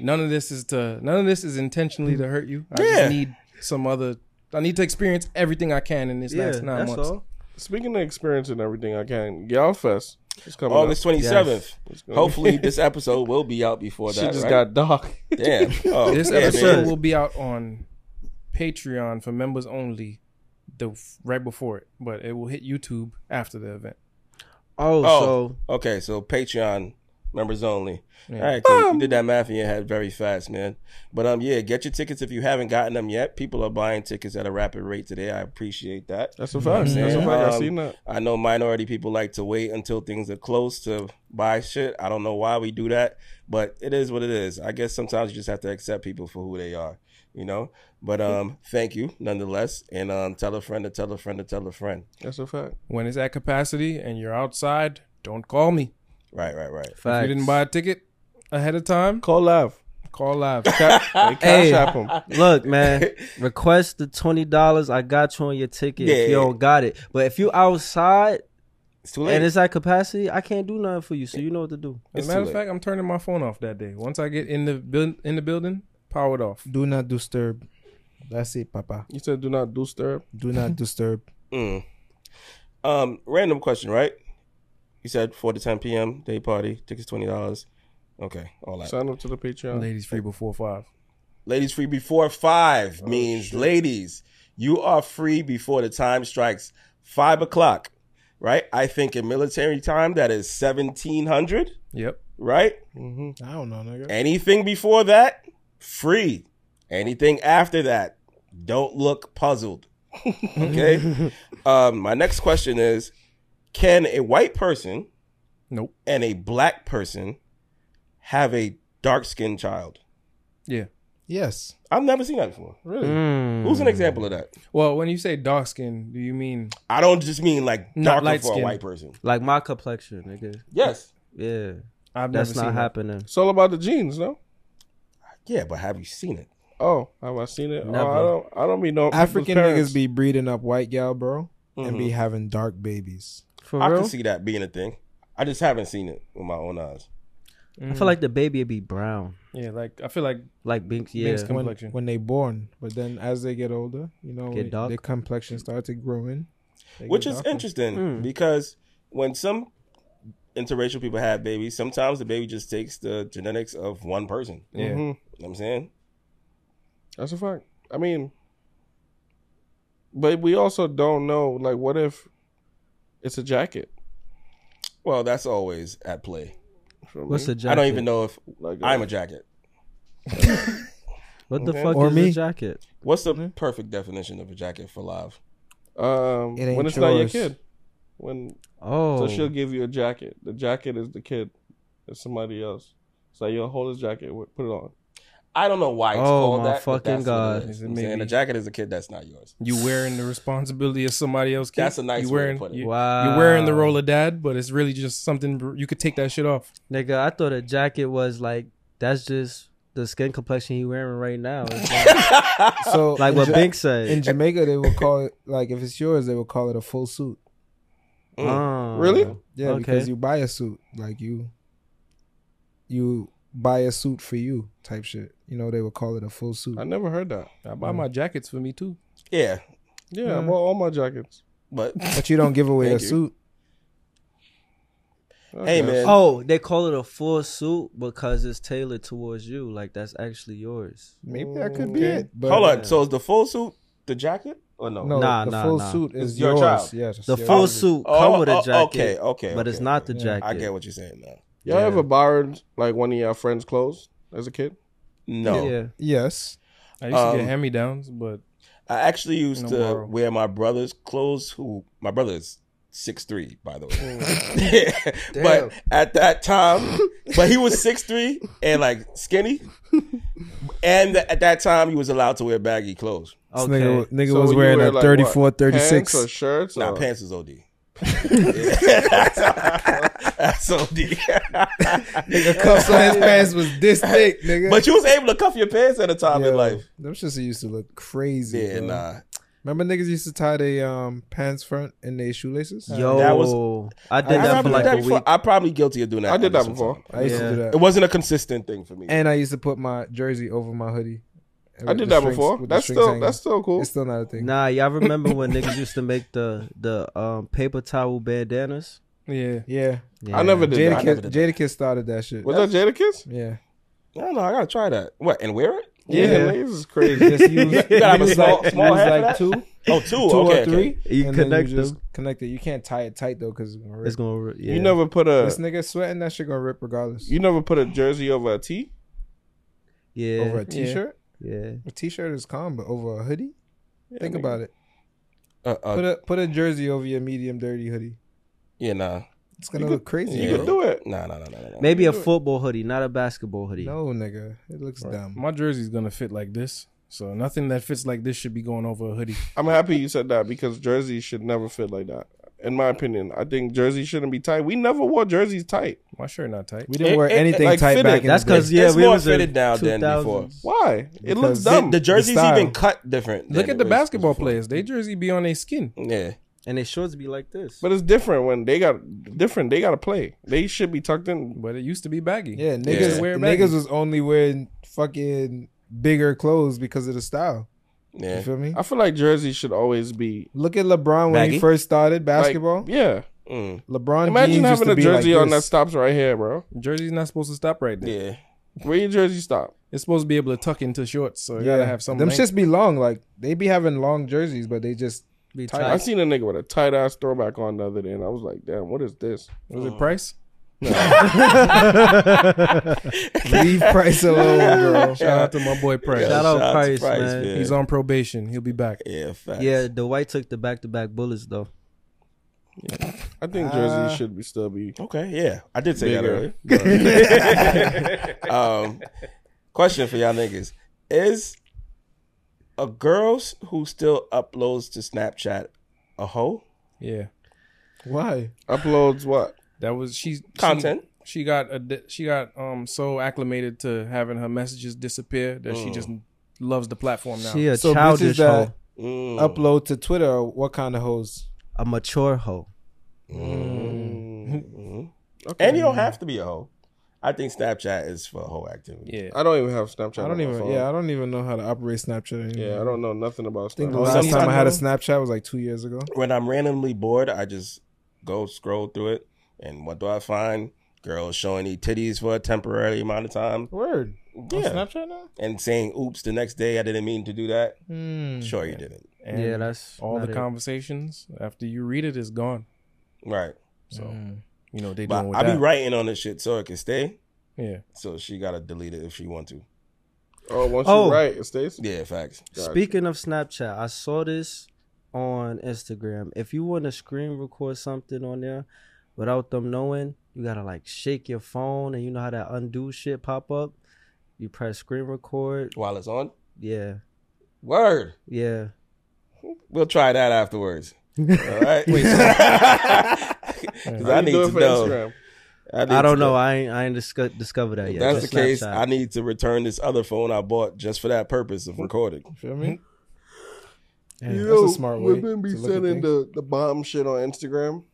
S5: none of this is to. None of this is intentionally to hurt you. I
S4: Yeah.
S5: just need some other. I need to experience everything I can in this
S1: yeah,
S5: last nine
S1: that's
S5: months.
S1: all.
S2: Speaking of experience and everything, I can. Y'all fest. It's coming. up.
S4: August 27th.
S2: It's gonna-
S4: Hopefully, this episode will be out before that.
S2: Shit just
S4: right?
S2: got dark.
S4: Damn. Oh,
S5: This
S4: yeah,
S5: episode
S4: man.
S5: will be out on Patreon for members only the right before it, but it will hit YouTube after the event.
S1: Oh,
S4: Oh.
S1: so
S4: Okay, so Patreon members only.
S5: Yeah.
S4: All right, cool. you did that math in your head very fast, man. But um, yeah, get your tickets if you haven't gotten them yet. People are buying tickets at a rapid rate today. I appreciate that.
S2: That's a fact. That's a
S4: Yeah.
S2: fact. I
S4: Um,
S2: seen that.
S4: I know minority people like to wait until things are close to buy shit. I don't know why we do that, but it is what it is. I guess sometimes you just have to accept people for who they are, you know. But
S1: Mm-hmm.
S4: um, thank you nonetheless, and um, tell a friend to tell a friend to tell a friend.
S2: That's a fact.
S5: When it's at capacity and you're outside, don't call me.
S4: Right, right, right.
S5: If
S1: facts.
S5: you didn't buy a ticket ahead of time,
S2: Call live.
S5: call live.
S2: Ca- they cash
S1: Hey.
S2: app 'em.
S1: Look, man, request the twenty dollars. I got you on your ticket.
S4: Yeah.
S1: If you don't got it, but if you outside
S4: It's too late.
S1: and it's at capacity, I can't do nothing for you. So you know what to do.
S5: As
S4: It's
S5: a matter
S4: too
S5: of
S4: late.
S5: fact, I'm turning my phone off that day. Once I get in the build, in the building, power it off.
S3: Do not disturb. That's it, Papa.
S2: You said do not disturb.
S3: Do not disturb.
S4: Mm. Um, random question, right? You said four to ten p.m. day party tickets twenty dollars. Okay, all that.
S2: Sign up to the Patreon.
S5: Ladies free before five.
S4: ladies free before five means ladies, you are free before the time strikes five o'clock, right? I think in military time that is seventeen hundred,
S5: Yep.
S4: right?
S2: Mm-hmm.
S3: I don't know, nigga.
S4: Anything before that, free. Anything after that, don't look puzzled. Okay. um, my next question is: Can a white person
S5: Nope.
S4: and a black person have a dark skinned child.
S5: Yeah.
S3: Yes.
S4: I've never seen that before.
S2: Really?
S4: Who's an example of that?
S5: Well, when you say dark skin, do you mean
S4: I don't just mean like darker for
S5: Not
S4: a
S5: light-skinned.
S4: white person.
S1: Like my complexion, nigga.
S4: Yes.
S1: Yeah,
S5: I've
S1: that's not
S5: never seen that.
S1: happening.
S2: It's all about the genes, no?
S4: Yeah, but have you seen it?
S2: Oh, have I seen it? Oh,
S1: Never.
S2: I don't. I don't mean no
S3: African
S2: parents.
S3: niggas be breeding up white gal, bro, and
S4: Mhm.
S3: be having dark babies.
S1: For
S4: I
S1: real,
S4: can see that being a thing. I just haven't seen it with my own eyes.
S1: I feel like the baby would be brown,
S5: Yeah, like I feel like
S1: like Binks. Yeah,
S5: Binks
S3: When,
S5: Complexion.
S3: when they born, but then as they get older, you know,
S1: Get dark.
S3: their complexion started to grow in. They
S4: Which
S3: get
S4: is
S3: darker.
S4: interesting
S1: Mm.
S4: because when some interracial people have babies, sometimes the baby just takes the genetics of one person.
S5: yeah.
S2: Mhm.
S4: You know what I'm saying?
S2: That's a fact. I mean, but we also don't know. Like, what if it's a jacket?
S4: Well, that's always at play.
S2: for
S1: What's
S2: me?
S1: a jacket?
S4: I don't even know if
S2: Like,
S4: I'm a jacket.
S1: What the
S2: Okay.
S1: fuck
S3: Or
S1: is
S3: me.
S1: a jacket?
S4: What's the perfect definition of a jacket for live?
S2: um,
S3: It ain't
S2: when it's not your
S3: yours.
S2: kid. When
S1: Oh,
S2: so she'll give you a jacket. The jacket is the kid. It's somebody else. So you'll hold his jacket, wi- put it on.
S4: I don't know why it's
S1: Oh,
S4: called
S1: my
S4: that. but
S1: fucking
S4: that's what
S1: God.
S4: It is.
S5: Is it
S4: I'm saying
S5: maybe-
S4: a jacket is a kid that's not yours.
S5: You wearing the responsibility of somebody else. Kid.
S4: That's a nice
S5: you
S4: way to
S5: wearing,
S4: put it.
S5: You,
S1: wow.
S5: You're wearing the role of dad, but it's really just something br- you could take that shit off.
S1: nigga. I thought a jacket was like that's just the skin complexion you wearing right now. It's
S3: So
S1: like
S3: in
S1: what
S3: Ja-
S1: Binks said.
S3: in Jamaica, they would call it like if it's yours, they would call it a full suit.
S1: Oh.
S2: Really?
S3: Yeah,
S1: Okay.
S3: because you buy a suit, like you, you buy a suit for you type shit. You know, they would call it a full suit.
S2: I never heard that.
S5: I
S1: Mm.
S5: buy my jackets for me too.
S4: Yeah,
S2: Yeah, I bought all my jackets.
S4: but
S3: But you don't give away a
S4: Thank you.
S3: suit.
S4: hey,
S2: Okay.
S4: man.
S1: Oh, they call it a full suit because it's tailored towards you. Like that's actually yours.
S3: Maybe that could be
S2: Okay.
S3: it. But
S4: Hold on. So is the full suit the jacket or no?
S3: No,
S1: Nah,
S3: the
S1: nah,
S3: full
S1: nah.
S3: suit is
S4: It's your
S3: yours.
S4: child.
S3: Yes,
S1: The
S3: yes.
S1: full suit come with a jacket,
S4: Oh, Okay, okay,
S1: but it's
S4: okay.
S1: not the
S3: Yeah.
S1: jacket.
S4: I get what you're saying now.
S2: Y'all
S1: Yeah.
S2: ever borrowed like one of your friends' clothes as a kid?
S4: No,
S1: Yeah.
S3: Yes.
S5: I used to
S4: Um,
S5: get hand me downs, but
S4: I actually used
S5: No
S4: to
S5: borrow.
S4: wear my brother's clothes. Who my brother is six three, by the way. but at that time, but he was six three and like skinny, and at that time he was allowed to wear baggy clothes.
S3: This
S1: Okay.
S3: nigga, nigga
S2: So
S3: was
S2: you
S3: wearing
S2: wear,
S3: a
S2: like,
S3: 34,
S2: what, pants
S3: 36.
S2: or shirts.
S4: Nah,
S2: or-
S4: pants is OD. That's OD.
S3: cuffs on his pants was this thick, nigga.
S4: but you was able to cuff your pants at a time
S3: Yo,
S4: in life.
S3: Them shits used to look crazy.
S4: Yeah,
S3: bro.
S4: nah.
S3: Remember niggas used to tie their um, pants front and their shoelaces?
S1: Yo,
S4: That was-
S1: I
S3: I
S1: did that for
S3: remember
S1: like
S3: that
S1: a
S4: before.
S1: week.
S4: I'm probably guilty of doing that.
S2: I did
S4: at
S2: that
S4: some
S2: before.
S4: time.
S3: I used
S1: Yeah.
S3: to do that.
S4: It wasn't a consistent thing for me.
S3: And I used to put my jersey over my hoodie.
S2: I
S3: With
S2: did
S3: the
S2: that
S3: strings-
S2: before.
S3: with the
S2: That's
S3: strings
S2: still
S3: hanging.
S2: that's still cool.
S3: It's still not a thing.
S1: Nah, y'all remember when niggas used to make the the um paper towel bandanas?
S5: yeah,
S3: Yeah.
S2: I never did. that.
S4: never
S3: Jadakiss
S4: did
S3: Jadakiss started that shit.
S2: Was that Jadakiss?
S3: Yeah.
S4: I don't know. I gotta try that. What and wear it?
S2: Yeah,
S3: Yeah.
S2: niggas is crazy.
S3: Just use, use
S4: gotta have a small-
S3: like,
S4: small
S3: use
S4: half of
S3: like
S4: that?
S3: two,
S4: Oh, two.
S3: two
S4: okay,
S3: or
S4: okay.
S3: three.
S1: You
S3: and then
S1: connect
S3: you
S1: them.
S3: just connect it. You can't tie it tight though, because it's gonna rip.
S1: It's gonna. re- Yeah.
S2: You never put
S3: this
S2: a
S3: nigga sweating, that shit gonna rip regardless.
S2: you never put a jersey over a tee.
S1: Yeah.
S3: over a t-shirt,
S1: yeah.
S3: a t-shirt is calm, but over a hoodie, think
S2: nigga.
S3: about it.
S4: Uh,
S3: Put
S4: uh,
S3: a put a jersey over your medium dirty hoodie.
S4: yeah, nah.
S3: It's gonna
S2: could-
S3: look crazy.
S2: You
S4: Yeah.
S2: could
S3: bro.
S2: do it.
S4: Nah, nah, nah, nah, nah, nah.
S1: Maybe a football hoodie, not a basketball hoodie.
S3: No, nigga, it looks dumb.
S5: My jersey's gonna fit like this. So nothing that fits like this should be going over a hoodie.
S2: I'm happy you said that because jerseys should never fit like that. In my opinion, I think jerseys shouldn't be tight. We never wore jerseys tight.
S5: My shirt not tight.
S3: We didn't
S4: It-
S3: wear
S4: it-
S3: anything
S2: like,
S3: tight
S2: fit
S3: back
S2: it.
S3: in
S1: That's
S3: the day.
S1: because yeah,
S4: It's
S1: we
S4: more
S1: was in
S4: fitted down than
S1: 2000s.
S4: before.
S2: Why? it looks
S3: Because
S2: dumb.
S4: The, the jerseys even
S3: style.
S4: cut different. than
S5: Look
S4: it
S5: at the
S4: was
S5: basketball
S4: before.
S5: players. They jersey be on their skin.
S4: Yeah.
S1: and their shorts be like this.
S2: but it's different when they got different. They got to play. They should be tucked in.
S5: But it used to be baggy.
S3: Yeah,
S4: Yeah.
S3: niggas,
S5: Wear it back.
S3: niggas was only wearing fucking bigger clothes because of the style.
S4: Yeah.
S3: You feel me?
S2: I feel like jerseys should always be
S3: Look at LeBron when
S4: Baggy?
S3: he first started
S2: like-
S3: basketball.
S2: yeah.
S4: Mm,
S3: LeBron
S2: Imagine
S3: jeans used
S2: having
S3: to
S2: a
S3: be
S2: jersey
S3: like
S2: on that
S3: this.
S2: stops right here, bro.
S5: Jersey's not supposed to stop right there.
S4: yeah.
S2: Where your jersey stop?
S5: It's supposed to be able to tuck into shorts. So you gotta have something.
S3: Them shits be long. Like they be having long jerseys, but they just
S1: Be
S3: tight.
S2: I seen a nigga with a tight ass throwback on the other day, and I was like, damn, what is this?
S5: Was it price?
S3: leave price alone, bro.
S5: Shout out to my boy Price.
S4: Yeah,
S1: Shout out
S4: to
S1: Price, man.
S4: Yeah.
S5: He's on probation. He'll be back.
S4: Yeah, facts.
S1: yeah, the white took the back to back bullets though.
S2: I think jerseys
S3: Uh,
S2: should be still be
S4: Okay, yeah. I did say
S2: bigger.
S4: that earlier. um, question for y'all niggas. Is a girl who still uploads to Snapchat a hoe?
S5: Yeah.
S3: Why?
S2: Uploads what?
S5: That was she
S4: Content.
S5: She, she got a, she got um so acclimated to having her messages disappear that she just loves the platform now.
S1: She a
S3: So bitches
S1: childish
S3: that
S1: hoe,
S4: Mm.
S3: upload to Twitter, are what kind of hoes?
S1: a mature hoe.
S4: Mm-hmm. And you don't have to be a hoe. I think Snapchat is for hoe activity.
S5: yeah.
S2: I don't even have Snapchat.
S3: I
S2: on
S3: don't
S2: my
S3: even.
S2: phone.
S3: Yeah, I don't even know how to operate Snapchat anymore.
S2: yeah, I don't know nothing about
S3: I think the
S2: Snapchat.
S3: last time I had a
S5: Sometimes-
S3: Snapchat was like two years ago.
S4: When I'm randomly bored, I just go scroll through it. And what do I find? Girls showing me titties for a temporary amount of time
S3: Word.
S4: Yeah.
S3: Snapchat now.
S4: and saying, oops, the next day I didn't mean to do that.
S3: Mm, Hmm.
S4: Sure, you didn't.
S5: And
S1: yeah, that's
S5: all the
S1: not it.
S5: conversations after you read it is gone.
S4: Right.
S5: So Mm, you know they doing
S4: But
S5: with
S4: I
S5: that.
S4: be writing on this shit so it can stay.
S5: Yeah.
S4: So she gotta delete it if she want to.
S2: Oh, once
S1: Oh.
S2: you're right, it stays.
S4: Yeah, facts.
S2: Gotcha.
S1: Speaking of Snapchat, I saw this on Instagram. If you want to screen record something on there without them knowing, you gotta like shake your phone, and you know how that undo shit pop up. You press screen record.
S4: While it's on.
S1: Yeah,
S4: Word.
S1: yeah.
S4: We'll try that afterwards. All right. Wait.
S2: How
S4: I
S2: you
S4: need
S2: do it
S4: to
S2: for
S4: know.
S2: Instagram?
S4: need
S1: I don't
S4: to
S1: know. I ain't, I ain't disco- discovered that
S4: If
S1: yet.
S4: that's the
S1: Just
S4: case,
S1: Snapchat.
S4: I need to return this other phone I bought just for that purpose of recording.
S3: Feel me?
S5: Damn,
S2: You
S3: that's a
S2: know,
S3: smart way
S2: women be
S3: to look at
S2: sending
S3: things.
S2: the, the bomb shit on Instagram,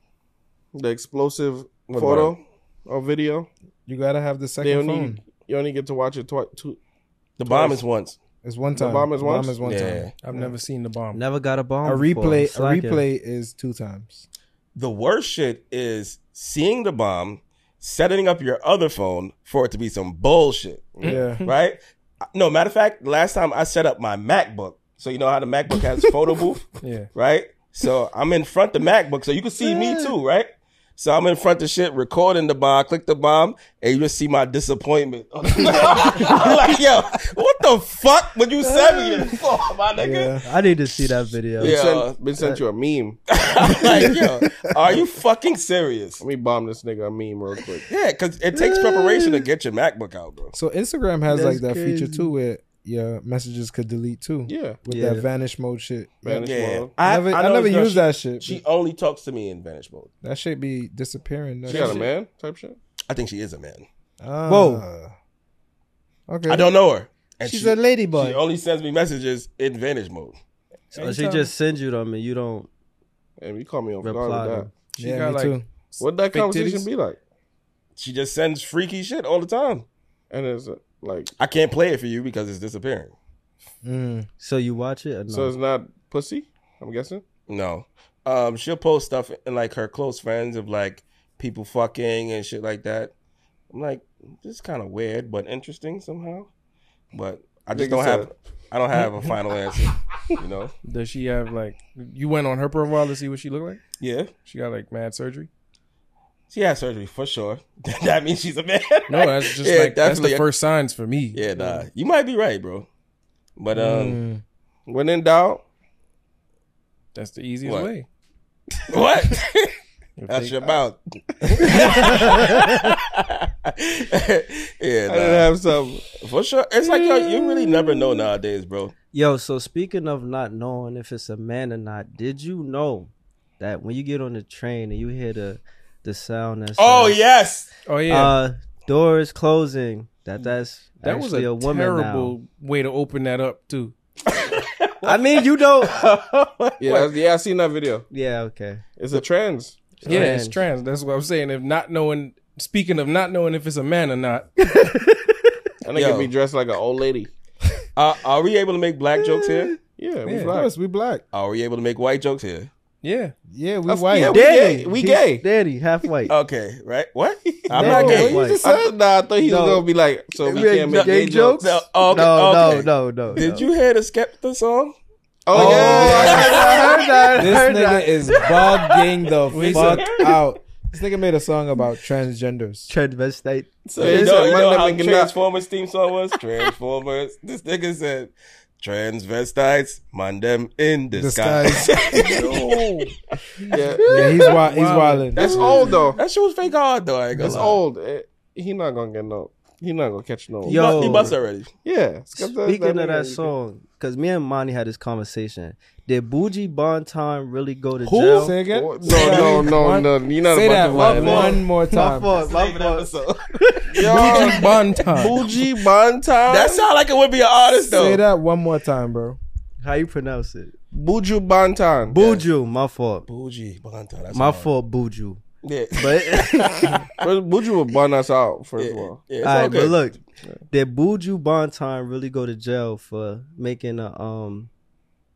S2: the explosive
S4: What
S2: photo or video.
S3: You gotta have the
S2: They
S3: second
S2: only
S3: phone.
S2: you only get to watch it twice. Two,
S4: The bomb is once.
S3: It's one time.
S2: bomb is
S3: The
S2: once?
S3: one
S4: yeah.
S3: time.
S5: I've never seen the bomb.
S1: never got a bomb.
S3: A
S1: before.
S3: replay. A
S1: Slacking.
S3: replay is two times.
S4: The worst shit is seeing the bomb, setting up your other phone for it to be some bullshit.
S3: Yeah.
S4: right? No, matter of fact, last time I set up my MacBook. So you know how the MacBook has photo booth,
S5: Yeah.
S4: right? So I'm in front of the MacBook, so you can see me too, right? So I'm in front of shit, recording the bomb, click the bomb, and you just see my disappointment. I'm like, yo, what the fuck? When you sent me this for, my nigga?
S1: I need to see that video.
S4: Yeah.
S2: sent, been sent you a meme.
S4: I'm like, yo, are you fucking serious?
S2: Let me bomb this nigga a meme real quick.
S4: Yeah, because it takes preparation to get your MacBook out, bro.
S3: So Instagram has
S1: That's
S3: like that feature
S1: crazy.
S3: too, where your messages could delete too.
S2: Yeah,
S3: With
S1: Yeah.
S3: that vanish mode shit.
S2: Vanish
S4: Yeah.
S2: mode.
S3: I, never, I,
S4: know
S3: never
S4: this girl,
S3: used
S4: she-
S3: that shit.
S4: She
S3: but
S4: only talks to me in Vanish mode.
S3: that shit be disappearing. That
S2: She got a
S3: shit.
S2: man type shit.
S4: I think she is a man.
S3: Ah.
S1: Whoa.
S3: Okay.
S4: I don't know her. And
S3: She's
S4: she-
S3: a ladyboy.
S4: She only sends me messages in Vantage mode.
S1: So she just sends you them, and you don't
S2: And you call me off
S1: Reply
S2: guard with
S1: to-
S2: that.
S5: She
S3: yeah,
S5: got
S3: me
S5: like
S3: too.
S2: What that
S5: Fake
S2: conversation
S5: titties?
S2: be like?
S4: She just sends freaky shit all the time.
S2: And it's uh, like
S4: I can't play it for you because it's disappearing.
S3: Mm.
S1: So you watch it? Or no?
S2: so it's not pussy. I'm guessing.
S4: No. Um, she'll post stuff in like her close friends of like people fucking and shit like that. I'm like, this is kind of weird but interesting somehow. But I
S2: Nigga
S4: just don't have.
S2: said-
S4: I don't have a final answer. You know.
S5: Does she have like? You went on her profile to see what she looked like.
S4: Yeah.
S5: She got like mad surgery.
S4: She had surgery for sure. that means she's a man.
S5: No, that's just
S4: Yeah,
S5: like that's the
S4: definitely.
S5: first signs for me.
S4: Yeah, nah. You might be right, bro. But um,
S2: When in doubt,
S5: That's the easiest
S4: What?
S5: way.
S4: what?
S5: If
S4: That's
S5: they-
S4: your mouth.
S2: I didn't
S4: yeah,
S2: have something.
S4: nah. for sure. It's like yo, you really never know nowadays, bro.
S1: Yo, so speaking of not knowing if it's a man or not, did you know that when you get on the train and you hear the the sound that
S4: Oh
S1: says,
S4: yes,
S5: oh yeah,
S1: uh, doors closing, that that's
S5: that was
S1: actually
S5: a,
S1: a, woman
S5: terrible way to open that up too.
S1: now. I mean, you don't.
S2: Yeah, that's- yeah, I seen that video.
S1: yeah, okay.
S2: It's a trans.
S5: Yeah, it's trans. That's what I'm saying. If not knowing, speaking of not knowing if it's a man or not,
S2: That nigga
S4: Yo.
S2: be dressed like an old lady.
S4: uh, are we able to make black jokes here?
S2: Yeah, we
S5: Yeah.
S3: Of
S2: black.
S3: course, we black.
S4: Are we able to make white jokes here?
S5: yeah,
S3: Yeah, we
S2: Of-
S3: white.
S2: yeah, we gay. We gay.
S1: Daddy, half white.
S4: Okay, right? What? Oh, I'm
S1: No,
S4: not
S1: what
S4: gay.
S1: you
S2: I
S1: just
S2: thought- nah, I thought he
S1: No.
S2: was gonna be like, so we
S1: We ain't
S2: can't make
S1: gay
S2: gay jokes.
S1: jokes?
S4: No, okay,
S1: no,
S4: okay.
S1: no, no, no.
S4: Did
S1: no.
S4: you hear the Skepta song?
S2: Oh,
S1: I
S2: yeah,
S1: heard that, I
S3: This
S1: heard that.
S3: nigga is bugging the
S5: Wait,
S3: fuck
S5: so-
S3: out. This nigga made a song about transgenders.
S1: Transvestite.
S4: So
S2: Yeah,
S4: you
S2: he
S4: know,
S2: said,
S4: you
S2: "Man,
S4: know
S2: that
S4: how
S2: nigga not-"
S4: Transformers theme song was? Transformers. this nigga said, transvestites, man them in disguise.
S2: yeah.
S3: Yeah, he's wild. He's
S5: Wildin'.
S3: wilding.
S2: That's old though.
S4: that shit was fake hard though. I ain't gonna
S2: That's
S4: lie.
S2: old. Eh, He not gonna get no. He not gonna catch no.
S4: He, bu-
S1: Yo.
S4: he bust already.
S2: Yeah.
S1: Speaking of
S2: nigga,
S1: that song, because me and Monty had this conversation. Did Bougie Bonton really go to
S3: Who?
S1: jail?
S3: Say again.
S2: No, no, no, no. You're not
S3: Say that
S2: about
S3: one, one more
S1: My
S3: time.
S1: fault, my fault.
S2: to Yo,
S5: Bonton.
S2: Fuji Bantan.
S4: That sound like it would be an artist
S3: Say
S4: though.
S3: that one more time, bro.
S1: How you pronounce it?
S2: Buju Bantan.
S1: Buju, my fault.
S4: Bougie Bonta. That's
S1: My
S4: hard.
S1: fault, Buju.
S4: Yeah.
S1: But
S2: First, Buju will bun us out first of all.
S4: Yeah, it's
S1: all right,
S4: okay.
S1: but look, did Buju Bonton really go to jail for making a, um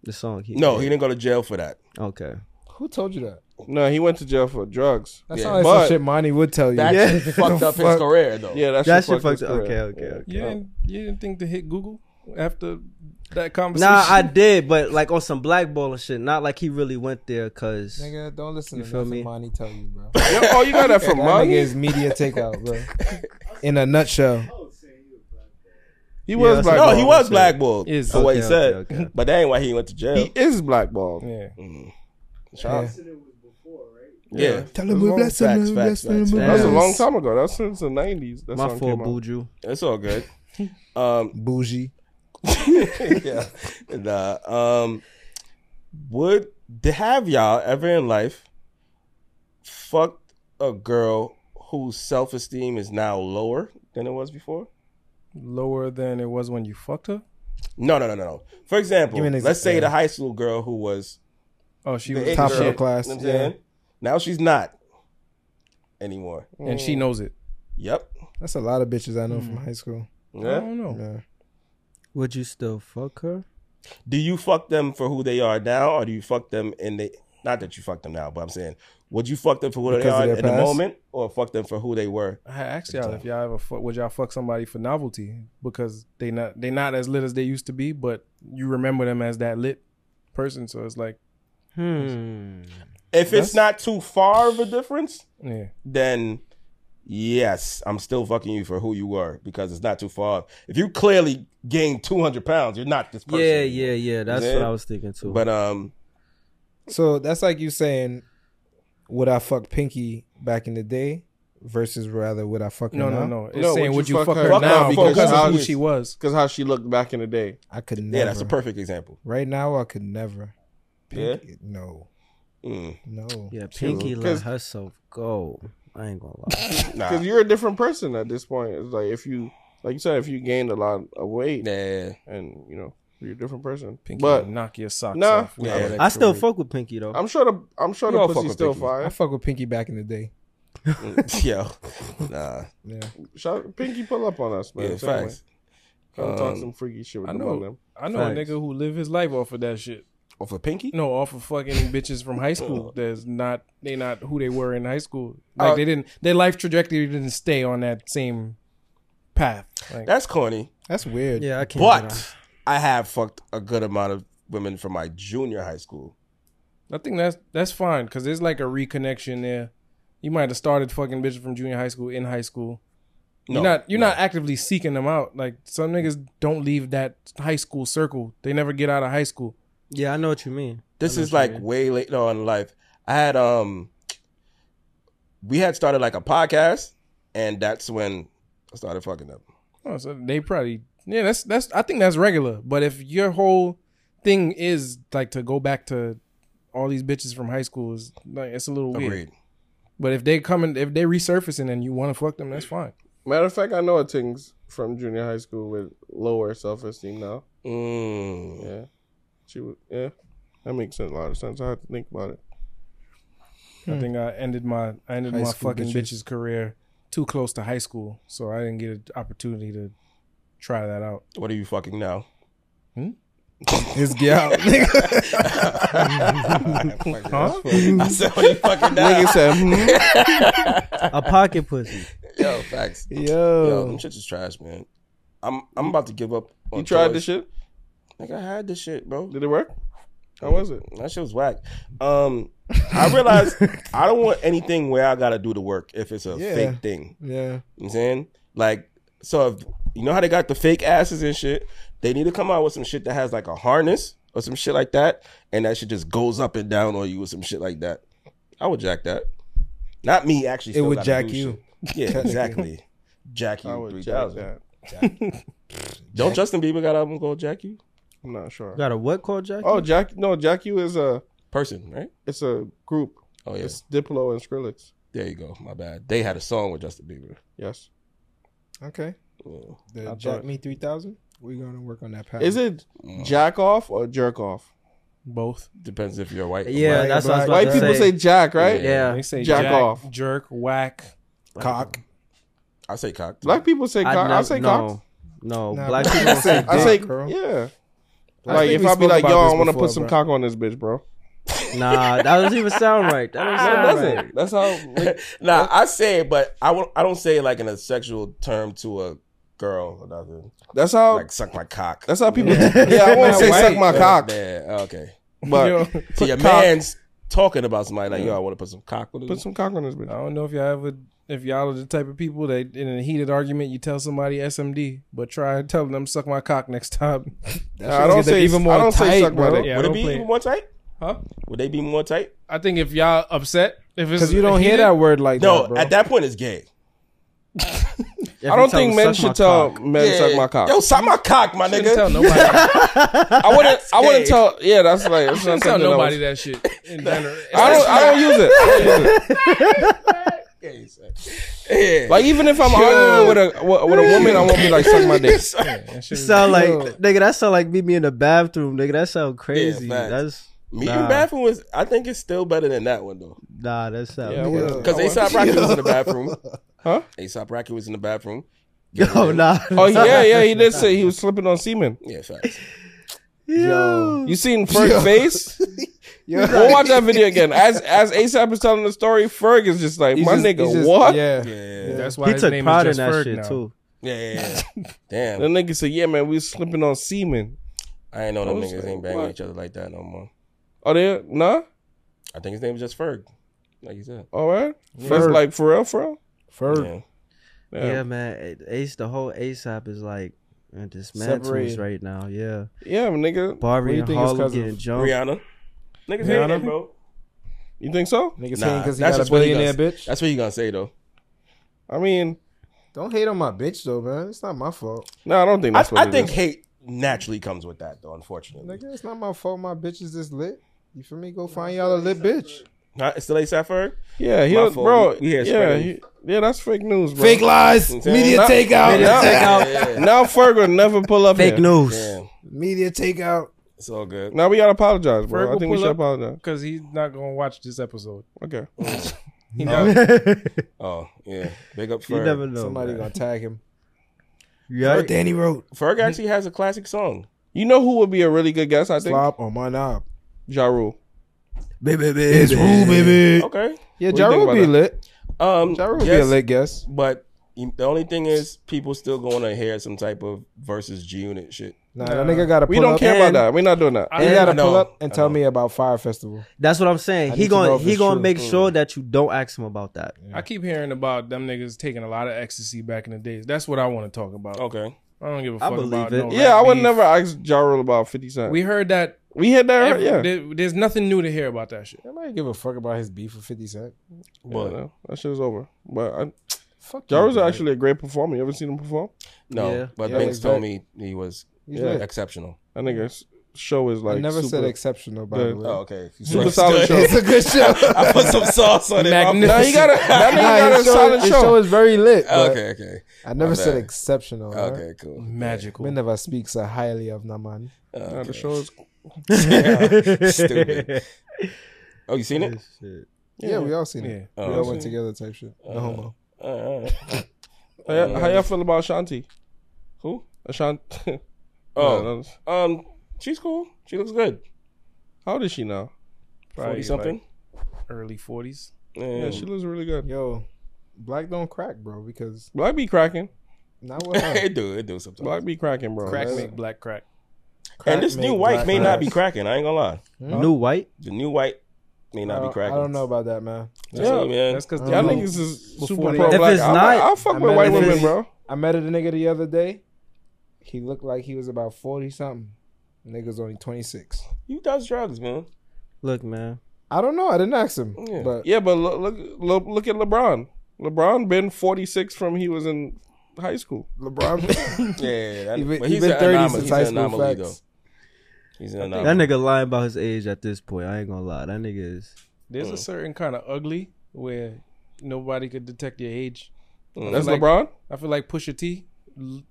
S1: the song? He
S4: No,
S1: did?
S4: he didn't go to jail for that.
S1: Okay,
S3: Who told you that?
S2: No, he went to jail for drugs.
S3: That
S4: Yeah.
S3: sounds like
S2: But-
S3: some shit Monty would tell you.
S4: That
S1: Yeah.
S4: shit fucked up his
S3: Fuck.
S4: career though.
S2: Yeah, that,
S1: that
S2: shit
S1: shit fucked.
S2: fucked his
S1: up.
S2: career.
S1: Okay, okay, okay.
S4: Oh.
S5: You didn't, you didn't think to hit Google after that conversation?
S1: Nah, I did, but like on some blackballing shit. Not like he really went there, cause
S3: Nigga, don't listen
S1: You
S3: to
S1: feel
S3: nothing
S1: me?
S3: Monty tell you, bro.
S2: Yo, oh, you got that from
S3: That
S2: Monty?
S3: nigga is media takeout, bro. In a nutshell.
S2: He
S1: Yeah,
S2: was
S1: that's
S2: black.
S4: No, he
S1: Blackballed,
S4: was
S1: so-
S4: blackballed.
S5: Is-
S4: Is what he
S1: Okay,
S4: said.
S1: okay, okay.
S4: But that ain't why he went to jail.
S2: He is blackballed.
S5: Yeah.
S4: Mm.
S3: Yeah.
S4: Yeah.
S3: Tell
S2: him we're blessing
S4: him, we're blessing him, we're
S2: That was a
S1: Yes.
S2: long time ago. That was since the nineties. That
S1: my
S2: song
S1: fault,
S2: came out.
S1: Buju.
S4: It's all good. Um,
S3: Bougie.
S4: yeah. Nah. Um, would d- have y'all ever in life fucked a girl whose self esteem is now lower than it was before?
S5: Lower than it was when you fucked her.
S4: No, no, no, no, no. For example,
S3: Give me an exa-
S4: let's say the
S3: yeah.
S4: high school girl who was
S5: Oh, she
S4: the
S5: was
S4: it
S3: top
S4: girl,
S3: of her
S5: shit,
S3: class,
S4: you know what I'm saying? Now she's not anymore.
S5: and she knows it.
S4: Yep.
S3: That's a lot of bitches I know from high school.
S5: I
S4: Yeah.
S5: don't know.
S3: Yeah.
S1: Would you still fuck her?
S4: Do you fuck them for who they are now, or do you fuck them in the? Not that you fuck them now, but I'm saying, would you fuck them for who they
S3: Because of
S4: are
S3: their
S4: in the
S3: past?
S4: moment, or fuck them for who they were?
S5: I asked y'all if y'all ever fuck, would y'all fuck somebody for novelty because they not they not as lit as they used to be, but you remember them as that lit person. So it's like,
S1: Hmm.
S4: If it's not too far of a difference,
S5: yeah,
S4: then yes, I'm still fucking you for who you were because it's not too far. If you clearly gained 200 pounds, you're not this person.
S1: Yeah, yeah, yeah. That's
S4: Yeah.
S1: what I was thinking too.
S4: But um,
S3: So that's like you saying, would I fuck Pinky back in the day versus rather would I fuck her
S5: no,
S3: now?
S5: no, no. It's
S2: No,
S5: saying would you fuck her,
S4: Fuck her
S5: now
S4: because
S5: because, of
S4: how
S5: who
S4: she-
S5: she was.
S2: Because how she looked back in the day.
S3: I could never.
S4: yeah, that's a perfect example.
S3: Right now, I could never.
S4: Yeah.
S3: Pinky- No.
S4: Mm.
S3: No.
S1: yeah, Pinky let
S2: 'Cause-
S1: herself go. I ain't gonna lie.
S4: Nah.
S2: Because you're a different person at this point. It's like if you, like you said, if you gained a lot of weight,
S4: Nah.
S2: and you know, you're a different person.
S5: Pinky
S2: but
S5: would knock your socks
S2: Nah.
S5: off.
S4: Yeah.
S5: all that
S1: I
S5: extra
S1: still
S5: weight.
S1: fuck with Pinky though.
S2: I'm sure the I'm sure
S4: You all
S2: the
S4: fuck
S2: pussy's
S4: with
S2: still
S4: Pinky.
S2: fine.
S3: I fuck with Pinky back in the day.
S4: Mm, Yo. Nah.
S3: Yeah.
S2: Shout, Pinky, pull up on us, man.
S4: Yeah,
S2: Same way.
S4: facts.
S2: Come talk
S4: Um,
S2: some freaky shit with
S5: I
S2: them
S5: know.
S2: on them.
S5: I know
S1: Facts.
S5: a nigga who live his life off of that shit.
S4: Or for Pinky?
S5: No, off of fucking bitches from high school. That's not they not who they were in high school. Like
S2: Uh,
S5: they didn't their life trajectory didn't stay on that same path. Like,
S4: That's corny.
S3: That's weird.
S1: Yeah, I can't. get on.
S4: But I have fucked a good amount of women from my junior high school.
S5: I think that's that's fine because there's like a reconnection there. You might have started fucking bitches from junior high school in high school.
S4: No,
S5: you're not you're
S4: no.
S5: not actively seeking them out. Like some niggas don't leave that high school circle. They never get out of high school.
S1: yeah, I know what you mean.
S4: This
S1: I know
S4: is
S1: what you
S4: like
S1: mean.
S4: way later on in life. I had um we had started like a podcast and that's when I started fucking up.
S5: Oh, so they probably yeah. That's that's I think that's regular. But if your whole thing is like to go back to all these bitches from high school is like it's a little weird.
S4: Agreed.
S5: But if they coming if they resurfacing and you want to fuck them, that's fine.
S2: Matter of fact, I know a things from junior high school with lower self esteem now.
S4: Mm.
S2: Yeah, she would. Yeah, that makes sense, a lot of sense. I had to think about it.
S5: I think I ended my I ended
S3: High
S5: my
S3: school
S5: fucking
S3: bitches.
S5: bitch's career too close to high school, so I didn't get an opportunity to try that out.
S4: What are you fucking now?
S3: His gal. Nigga
S5: Huh?
S4: I said, what are you fucking now?
S2: Nigga said, hmm?
S1: a pocket pussy.
S4: Yo, facts. Yo, them
S3: Yo.
S4: shits is trash, man. I'm I'm about to give up. On
S2: "You tried this
S4: toys.
S2: shit?
S4: Like I had this shit, bro.
S2: Did it work? How was it?"
S4: That shit was whack. Um, I realized I don't want anything where I gotta do the work if it's a
S3: Yeah.
S4: fake thing.
S3: Yeah.
S4: You know what I'm saying? Like, so if you know how they got the fake asses and shit, they need to come out with some shit that has like a harness or some shit like that, and that shit just goes up and down on you or some shit like that. I would jack that. Not me, actually.
S3: It
S4: still
S3: would
S4: gotta
S3: jack
S4: do
S3: you.
S4: shit. Yeah, exactly. Jack
S2: I
S4: you
S2: would
S4: three
S2: jack
S4: thousand.
S2: that.
S4: Don't Justin Bieber got an album called Jack You?
S2: I'm not sure.
S1: Got a what called Jack?
S2: Oh, Jack. No, Jack. You is a.
S4: Person, right?
S2: It's a group.
S4: Oh yeah.
S2: It's Diplo and Skrillex.
S4: There you go. My bad. They had a song with Justin Bieber.
S2: Yes.
S3: Okay.
S4: Yeah.
S3: The
S2: I
S3: Jack
S2: thought-
S3: Me 3000. We're going to work on that pattern.
S2: Is it
S4: Mm.
S2: jack off or jerk off?
S5: Both.
S4: uh, Depends if you're white. or
S1: yeah,
S3: Black-
S1: that's what I was
S3: black-
S2: White
S1: about to
S2: people say jack, right?
S4: Yeah.
S1: Yeah,
S5: They say
S2: Jack
S5: jack,
S2: off.
S5: jerk, whack.
S3: cock?
S4: I say cock.
S2: Black people say
S1: I
S2: cock. I,
S1: nev-
S2: say cock.
S1: no, no.
S3: Nah, black
S1: black people
S3: people
S1: say
S3: say
S2: I
S3: Dick,
S2: say
S3: girl.
S2: yeah.
S3: I
S2: Like
S3: think
S2: if
S3: we
S2: I be
S3: spoke
S2: like,
S3: about
S2: yo, I
S3: this
S2: want to
S3: before,
S2: put some
S3: bro.
S2: cock on this bitch, bro.
S1: nah. That doesn't even sound right. That doesn't sound
S2: That's
S1: right.
S2: it. That's how.
S4: nah,
S2: like,
S4: I say it, but I won't. I don't say it like in a sexual term to a girl or nothing.
S2: that's how.
S4: Like suck my cock.
S2: Oh. that's how people. Yeah, I won't say
S5: White.
S2: suck my cock,
S4: Yeah. Okay.
S5: Yo,
S2: but
S4: So your
S2: cock-
S4: man's talking about somebody like, yo, I want to put some cock on
S2: put
S4: this.
S2: some cock on this bitch.
S5: I don't know if y'all ever if y'all are the type of people that in a heated argument you tell somebody SMD, but try telling them suck my cock next time.
S2: I don't say even more I don't
S3: tight,
S2: say suck my
S3: bro.
S2: dick.
S5: Yeah,
S4: Would it
S5: don't
S4: be
S5: play
S4: even
S5: it.
S4: more tight?
S5: Huh?
S4: Would they be more tight?
S5: I think if y'all upset, if it's
S3: Because you don't hear
S5: heated-
S3: that word like
S4: No.
S3: that, bro.
S4: at that point, it's gay.
S1: If you
S2: I don't
S1: tell
S2: think
S1: them,
S2: men
S1: "Suck my
S2: should tell
S1: cock."
S2: men suck my cock.
S4: Yo, suck my cock, my
S5: Shouldn't tell
S4: nigga.
S5: nobody.
S2: I wouldn't. I wouldn't
S4: gay.
S2: tell. Yeah, that's like. That's not
S5: shouldn't tell
S2: something I
S5: nobody
S2: would-
S5: that shit. In general,
S2: I don't. I don't use it. I don't use it.
S4: Yeah, son. Yeah.
S2: Like even if I'm arguing with a with with a woman, I won't be like suck my dick.
S5: That shit is-
S1: Sound like nigga. That sound like me being in the bathroom, nigga. That sound crazy.
S4: facts.
S1: that's
S4: Me
S1: Nah.
S4: and bathroom was. I think it's still better than that one though.
S1: nah. That sound.
S2: Yeah, I wouldn't.
S4: Because
S2: I wouldn't.
S4: ASAP Rocky was in the bathroom.
S2: Huh?
S4: ASAP Rocky was in the bathroom.
S1: Yo, nah.
S2: Oh yeah, yeah, he did say he was slipping on semen.
S4: Yeah, facts.
S1: Yo.
S2: You seen Ferg face? Go watch that video again. As as ASAP is telling the story, Ferg is just like
S3: He's
S2: my
S3: just-
S2: nigga.
S3: he's just-
S2: what?
S3: Yeah.
S4: Yeah, yeah, yeah.
S5: That's why
S1: He
S5: his
S1: took
S5: name
S1: pride in
S5: is just
S1: that
S5: Ferg
S1: shit
S5: now.
S1: too.
S4: yeah, yeah, yeah. Damn,
S2: The nigga said, "Yeah, man, we was slipping on semen."
S4: I ain't know them
S2: I was
S4: niggas
S2: like,
S4: ain't banging
S2: what?
S4: each other like that no more.
S2: Oh, they nah.
S4: I think his name was just Ferg, like you said.
S2: All right, that's like for real, for real.
S3: Ferg.
S4: Yeah.
S1: Yeah, man. Ace, the whole ASAP is like in dismantles
S3: Separated.
S1: right now. Yeah,
S2: Yeah, nigga.
S3: do
S1: Barbie
S3: you
S1: and
S3: think it's
S1: Harlem
S3: 'cause of
S1: getting jumped.
S4: Rihanna, niggas
S2: Rihanna?
S4: hating it, bro.
S2: You think so?
S3: Niggas
S4: Nah,
S3: saying because he
S4: that's
S3: got a
S4: just what he
S3: billionaire
S4: does.
S3: bitch.
S4: That's what you gonna say though.
S2: I mean,
S3: Don't hate on my bitch though, man. It's not my fault.
S2: no, I don't think
S4: I,
S2: that's what
S4: I
S2: it
S4: think
S2: is.
S4: hate naturally comes with that though. Unfortunately,
S3: Nigga, it's not my fault. My bitch is this lit. You feel me? Go find y'all a lit bitch.
S4: Huh? it's still ASAP Ferg.
S2: Yeah, he
S4: My
S2: don't-
S4: fault.
S2: bro.
S4: We- we here
S2: yeah,
S4: spreading-
S2: he- yeah, that's fake news, bro.
S3: lies.
S4: I'm saying? Media Nah.
S3: takeout.
S2: Now-
S4: Yeah,
S2: Now Ferg will never pull up
S1: Fake
S2: here.
S1: news.
S4: yeah,
S3: Media takeout.
S4: it's all good.
S2: Now we gotta apologize, bro.
S5: Ferg
S2: I
S5: will
S2: think we
S5: pull
S2: should
S5: up.
S2: apologize.
S5: Because he's not gonna watch this episode.
S2: Okay.
S5: He not-
S4: Oh yeah, big up Ferg.
S1: you never know.
S3: Somebody gonna tag him.
S1: yeah,
S3: Danny wrote.
S4: Ferg actually has a classic song.
S2: You know who would be a really good guest? I think
S3: Slop on my knob.
S2: Ja Rule.
S1: baby, baby.
S3: baby.
S4: Okay.
S3: Yeah,
S2: What
S3: Ja
S2: you think
S3: Rule
S2: about
S3: be
S2: that?
S3: lit.
S4: Um,
S3: Ja Rule be a
S4: yes,
S3: lit guest.
S4: but You- The only thing is, people still going to hear some type of versus G Unit shit.
S3: Nah, that nigga gotta.
S2: We
S3: pull
S2: don't
S3: up
S2: care
S3: and-
S2: about that. We're not doing that.
S5: I-
S3: He gotta
S4: I know.
S3: pull up and
S4: I
S3: tell
S4: know.
S3: me about Fire Festival.
S1: That's what I'm saying.
S3: I
S1: he
S3: need to know
S1: going
S3: if
S1: he
S3: it's
S1: going to
S3: true.
S1: make sure that you don't ask him about that.
S5: I keep hearing about them niggas taking a lot of ecstasy back in the days. That's what I want to talk about.
S4: Okay.
S5: I don't give a
S1: I
S5: fuck
S1: believe
S5: about
S1: it.
S5: no
S2: yeah,
S5: rap
S2: I would
S5: beef.
S2: never ask Ja Rule about 50 Cent.
S5: We
S2: We,
S5: heard that.
S2: we hit that,
S5: every-
S2: right? Uh, Yeah.
S5: there- there's nothing new to hear about that shit.
S3: Nobody give a fuck about his beef with Fifty Cent.
S2: But
S4: But
S2: that shit is over. But I,
S3: Fuck.
S2: Ja
S3: you,
S2: Rule's
S3: dude.
S2: actually a great performer. You ever seen him perform?
S4: no.
S1: Yeah.
S4: But
S3: Yeah,
S4: Binks
S3: like
S4: told
S3: that.
S4: me he was
S3: He's
S2: Yeah.
S3: lit.
S4: exceptional.
S2: That nigga's show is like.
S3: I never said
S2: super-
S3: exceptional, by
S2: Yeah.
S3: the way.
S4: Oh, okay.
S2: Super solid show.
S3: It's a good show.
S4: I put some sauce on it.
S5: Magnificent.
S2: Nah, he got a, that nigga
S3: Nah,
S2: got a
S3: his, show,
S2: solid
S3: his
S2: show.
S3: show is very lit. but
S4: okay. Okay.
S3: I never said
S4: bad.
S3: exceptional. Okay.
S4: Okay. Cool.
S5: Magical.
S3: We never speak so highly of Naman.
S2: Nah,
S4: Okay.
S2: the show is.
S4: Stupid. Oh, you seen it?
S1: Shit.
S3: Yeah, we all seen it.
S4: Yeah.
S3: we
S4: Oh,
S3: all
S4: okay.
S3: went together type shit. No
S4: Uh,
S3: homo.
S4: All right.
S2: How, y- how y'all feel about Ashanti? Who? Ashanti.
S4: Oh.
S2: Nah, that's-
S4: Um, she's cool. She looks good.
S2: how old is she now?
S4: Forty
S5: Probably
S4: something.
S5: early 40s.
S2: Yeah,
S4: And-
S2: she looks really good.
S3: Yo, black don't crack, bro, because
S2: Black be cracking.
S3: not with her.
S4: it do. It do sometimes.
S2: Black be cracking, bro.
S5: Crack
S2: That's-
S5: make black crack.
S4: and this
S3: Crack
S4: new
S3: make
S4: white
S3: black
S4: may not
S3: crack.
S4: be cracking. I ain't gonna lie.
S3: Huh?
S1: New white?
S4: The new white may not
S3: I
S4: be
S3: don't-
S4: cracking.
S3: I don't know about that, man.
S4: That's what I mean, man.
S5: That's because
S2: Y'all
S3: Um,
S2: niggas is
S5: Mm-hmm. Before
S2: super
S5: they-
S2: pro
S5: If
S2: black.
S1: it's
S2: I'm
S1: not-
S2: like, I fuck
S3: I
S2: with
S3: mean,
S2: white
S3: if
S2: women,
S3: it's-
S2: bro.
S3: I met a nigga the other day. He looked like he was about 40 something. Nigga's only 26.
S4: you does drugs, man.
S1: Look, man.
S3: I don't know. I didn't ask him.
S4: Yeah.
S3: But
S2: Yeah, but look, look, look, look at LeBron. LeBron been 46 from he was in high school.
S3: LeBron,
S4: Yeah, yeah, yeah.
S3: he been,
S4: but
S3: he
S4: he's
S3: been
S4: an
S3: 30
S4: anomaly.
S3: since
S4: He's
S3: high
S4: an
S3: school.
S4: anomaly, though.
S3: Facts.
S4: He's an
S1: That
S4: anomaly.
S1: nigga lying about his age at this point. I ain't going to lie. That nigga is
S5: there's a certain kind of ugly where nobody could detect your age.
S4: Mm.
S2: That's
S5: like-
S2: LeBron.
S5: I feel like Pusha T l-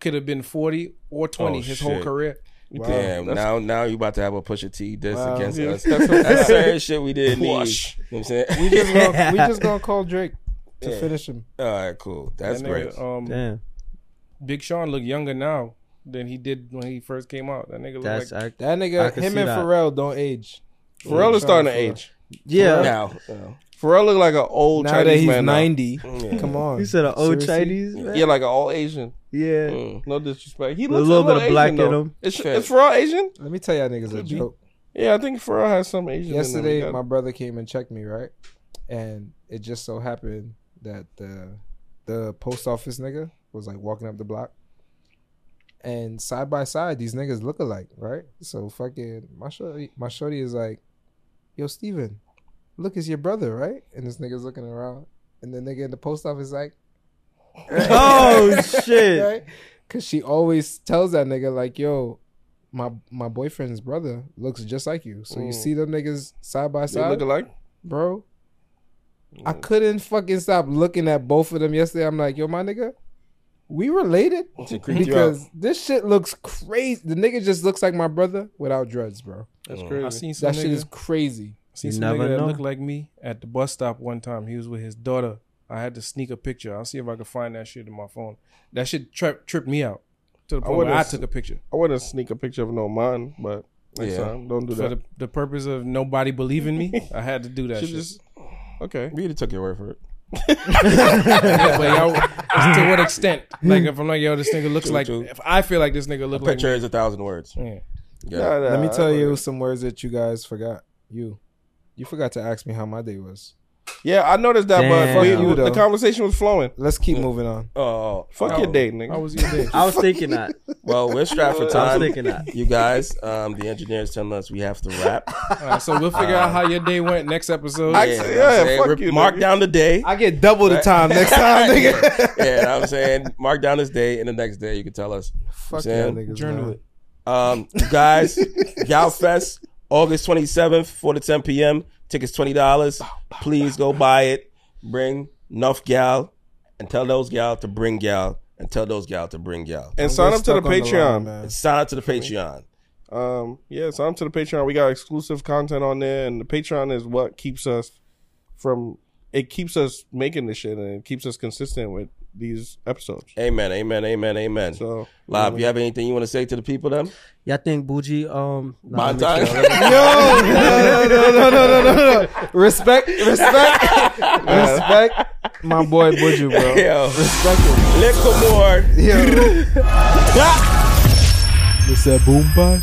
S5: could have been 40 or 20
S4: Oh,
S5: his whole
S4: shit.
S5: career.
S4: Damn, now now you about to have a push of T diss
S3: Wow.
S4: against
S2: Yeah,
S4: us.
S2: that's
S4: That's
S2: what-
S4: the same shit we did need. You know what I'm saying?
S3: We just gonna, we just gonna call Drake to
S4: Yeah.
S3: finish him.
S4: All right, cool. That's
S5: That
S4: great.
S5: nigga, um,
S1: damn.
S5: Big Sean look younger now than he did when he first came out. That nigga look
S1: That's
S5: like
S1: act-
S3: That
S1: I
S3: nigga,
S1: can
S3: him
S1: see
S3: and
S1: that.
S3: Pharrell don't age.
S2: Pharrell
S3: Sean
S2: is starting to
S3: Pharrell.
S2: age.
S1: yeah.
S4: Now, now.
S2: Pharrell look like an old
S3: Now that
S2: Chinese
S3: he's
S2: man. now.
S3: 90,
S4: Yeah.
S3: come on.
S1: You said an old
S3: Seriously?
S1: Chinese man.
S2: Yeah, like an old Asian.
S1: Yeah.
S4: Mm.
S2: No disrespect. He
S1: With a
S2: looks
S1: little bit of black
S2: Asian,
S1: in
S2: though.
S1: him.
S2: Is,
S4: Fair.
S2: is Pharrell Asian?
S3: Let me tell y'all niggas a
S2: Could be.
S3: joke.
S2: Yeah, I think Pharrell has some Asian. in him. He
S3: Yesterday,
S2: got-
S3: my brother came and checked me, right? And it just so happened that the the post office nigga was like walking up the block. And side by side, these niggas look alike, right? So fucking my shorty, my shorty is like, "Yo, Steven, look, it's your brother, right?" And this nigga's looking around, and the nigga in the post office like,
S1: Oh shit.
S3: right? Cause she always tells that nigga like, "Yo, my my boyfriend's brother looks just like you." So you
S2: Mm.
S3: see them niggas side by
S2: they
S3: side,
S2: look alike.
S3: bro. I couldn't fucking stop looking at both of them yesterday. I'm like, "Yo, my nigga, we related?"
S4: Shit creeped you out.
S3: Because this shit looks crazy. The nigga just looks like my brother without dreads, bro.
S2: That's
S4: Mm.
S2: crazy.
S5: I seen some
S3: That shit
S5: nigga,
S3: is crazy.
S5: seen
S1: You
S5: some
S1: never
S5: nigga that
S1: know.
S5: looked like me at the bus stop one time. He was with his daughter. I had to sneak a picture. I'll see if I can find that shit in my phone. That shit trip, tripped me out to the
S2: I
S5: point where
S2: would've
S5: I
S2: s-
S5: took a picture
S2: I wouldn't sneak a picture of no mine, but next
S4: Yeah.
S2: time don't do
S5: for
S2: that.
S5: the, the purpose of nobody believing me. I had to do that
S2: Should
S5: shit.
S2: just okay.
S4: We took your word for it.
S5: Yeah, but yo, it's to what extent? Like if I'm like, yo, this nigga looks
S4: True,
S5: like.
S4: true.
S5: If I feel like this nigga look like.
S4: Picture is a thousand words.
S5: me-
S4: Yeah.
S5: Yeah.
S2: Nah, nah,
S3: Let me
S2: I
S3: tell you
S2: wouldn't.
S3: some words that you guys forgot. You, you forgot to ask me how my day was.
S2: Yeah, I noticed that,
S1: Damn.
S2: but we,
S1: Fuck
S3: you,
S2: the
S3: though.
S2: conversation was flowing.
S3: Let's keep moving on.
S4: Oh, oh,
S2: Fuck
S4: oh.
S2: your date,
S5: How
S2: nigga.
S5: was your day?
S1: I was thinking that.
S4: Well, we're strapped for
S1: I was
S4: time.
S1: thinking that.
S4: You guys, um, the engineers telling us we have to wrap.
S5: All right, so we'll figure out how your day went next episode.
S2: Ah. I-
S4: you know what
S2: yeah,
S4: I'm saying?
S2: fuck
S4: Re-
S2: you,
S4: Mark
S2: nigga.
S4: down the day.
S3: I get double the time next time, nigga.
S4: yeah, you know what I'm saying mark down this day, and the next day you can tell us.
S3: Fuck
S4: Sam,
S3: y'all niggas.
S5: journal
S3: man.
S5: it.
S4: Um, you guys, Gal Fest, August 27th, 4 to 10 p.m. Tickets $20. Please go buy it. Bring Nuff Gal and tell those gal to bring gal and tell those gal to bring gal.
S2: And sign up to the
S3: Stuck on line,
S2: Patreon.
S3: man.
S4: Sign up to the Patreon.
S2: um, yeah, sign up to the Patreon. We got exclusive content on there, and the Patreon is what keeps us from. It keeps us making this shit, and it keeps us consistent with these episodes.
S4: Amen, amen, amen, amen.
S2: So,
S4: Live, you have anything you want to say to the people then?
S1: Y'all think Bougie um nah,
S4: My
S1: let me
S4: time.
S1: chill.
S3: No, no, no, no, no, no, no, no, no. Respect, respect, respect. my boy Buju, bro.
S4: Yo, Liquor more.
S6: Yo.
S3: It's that boom bye.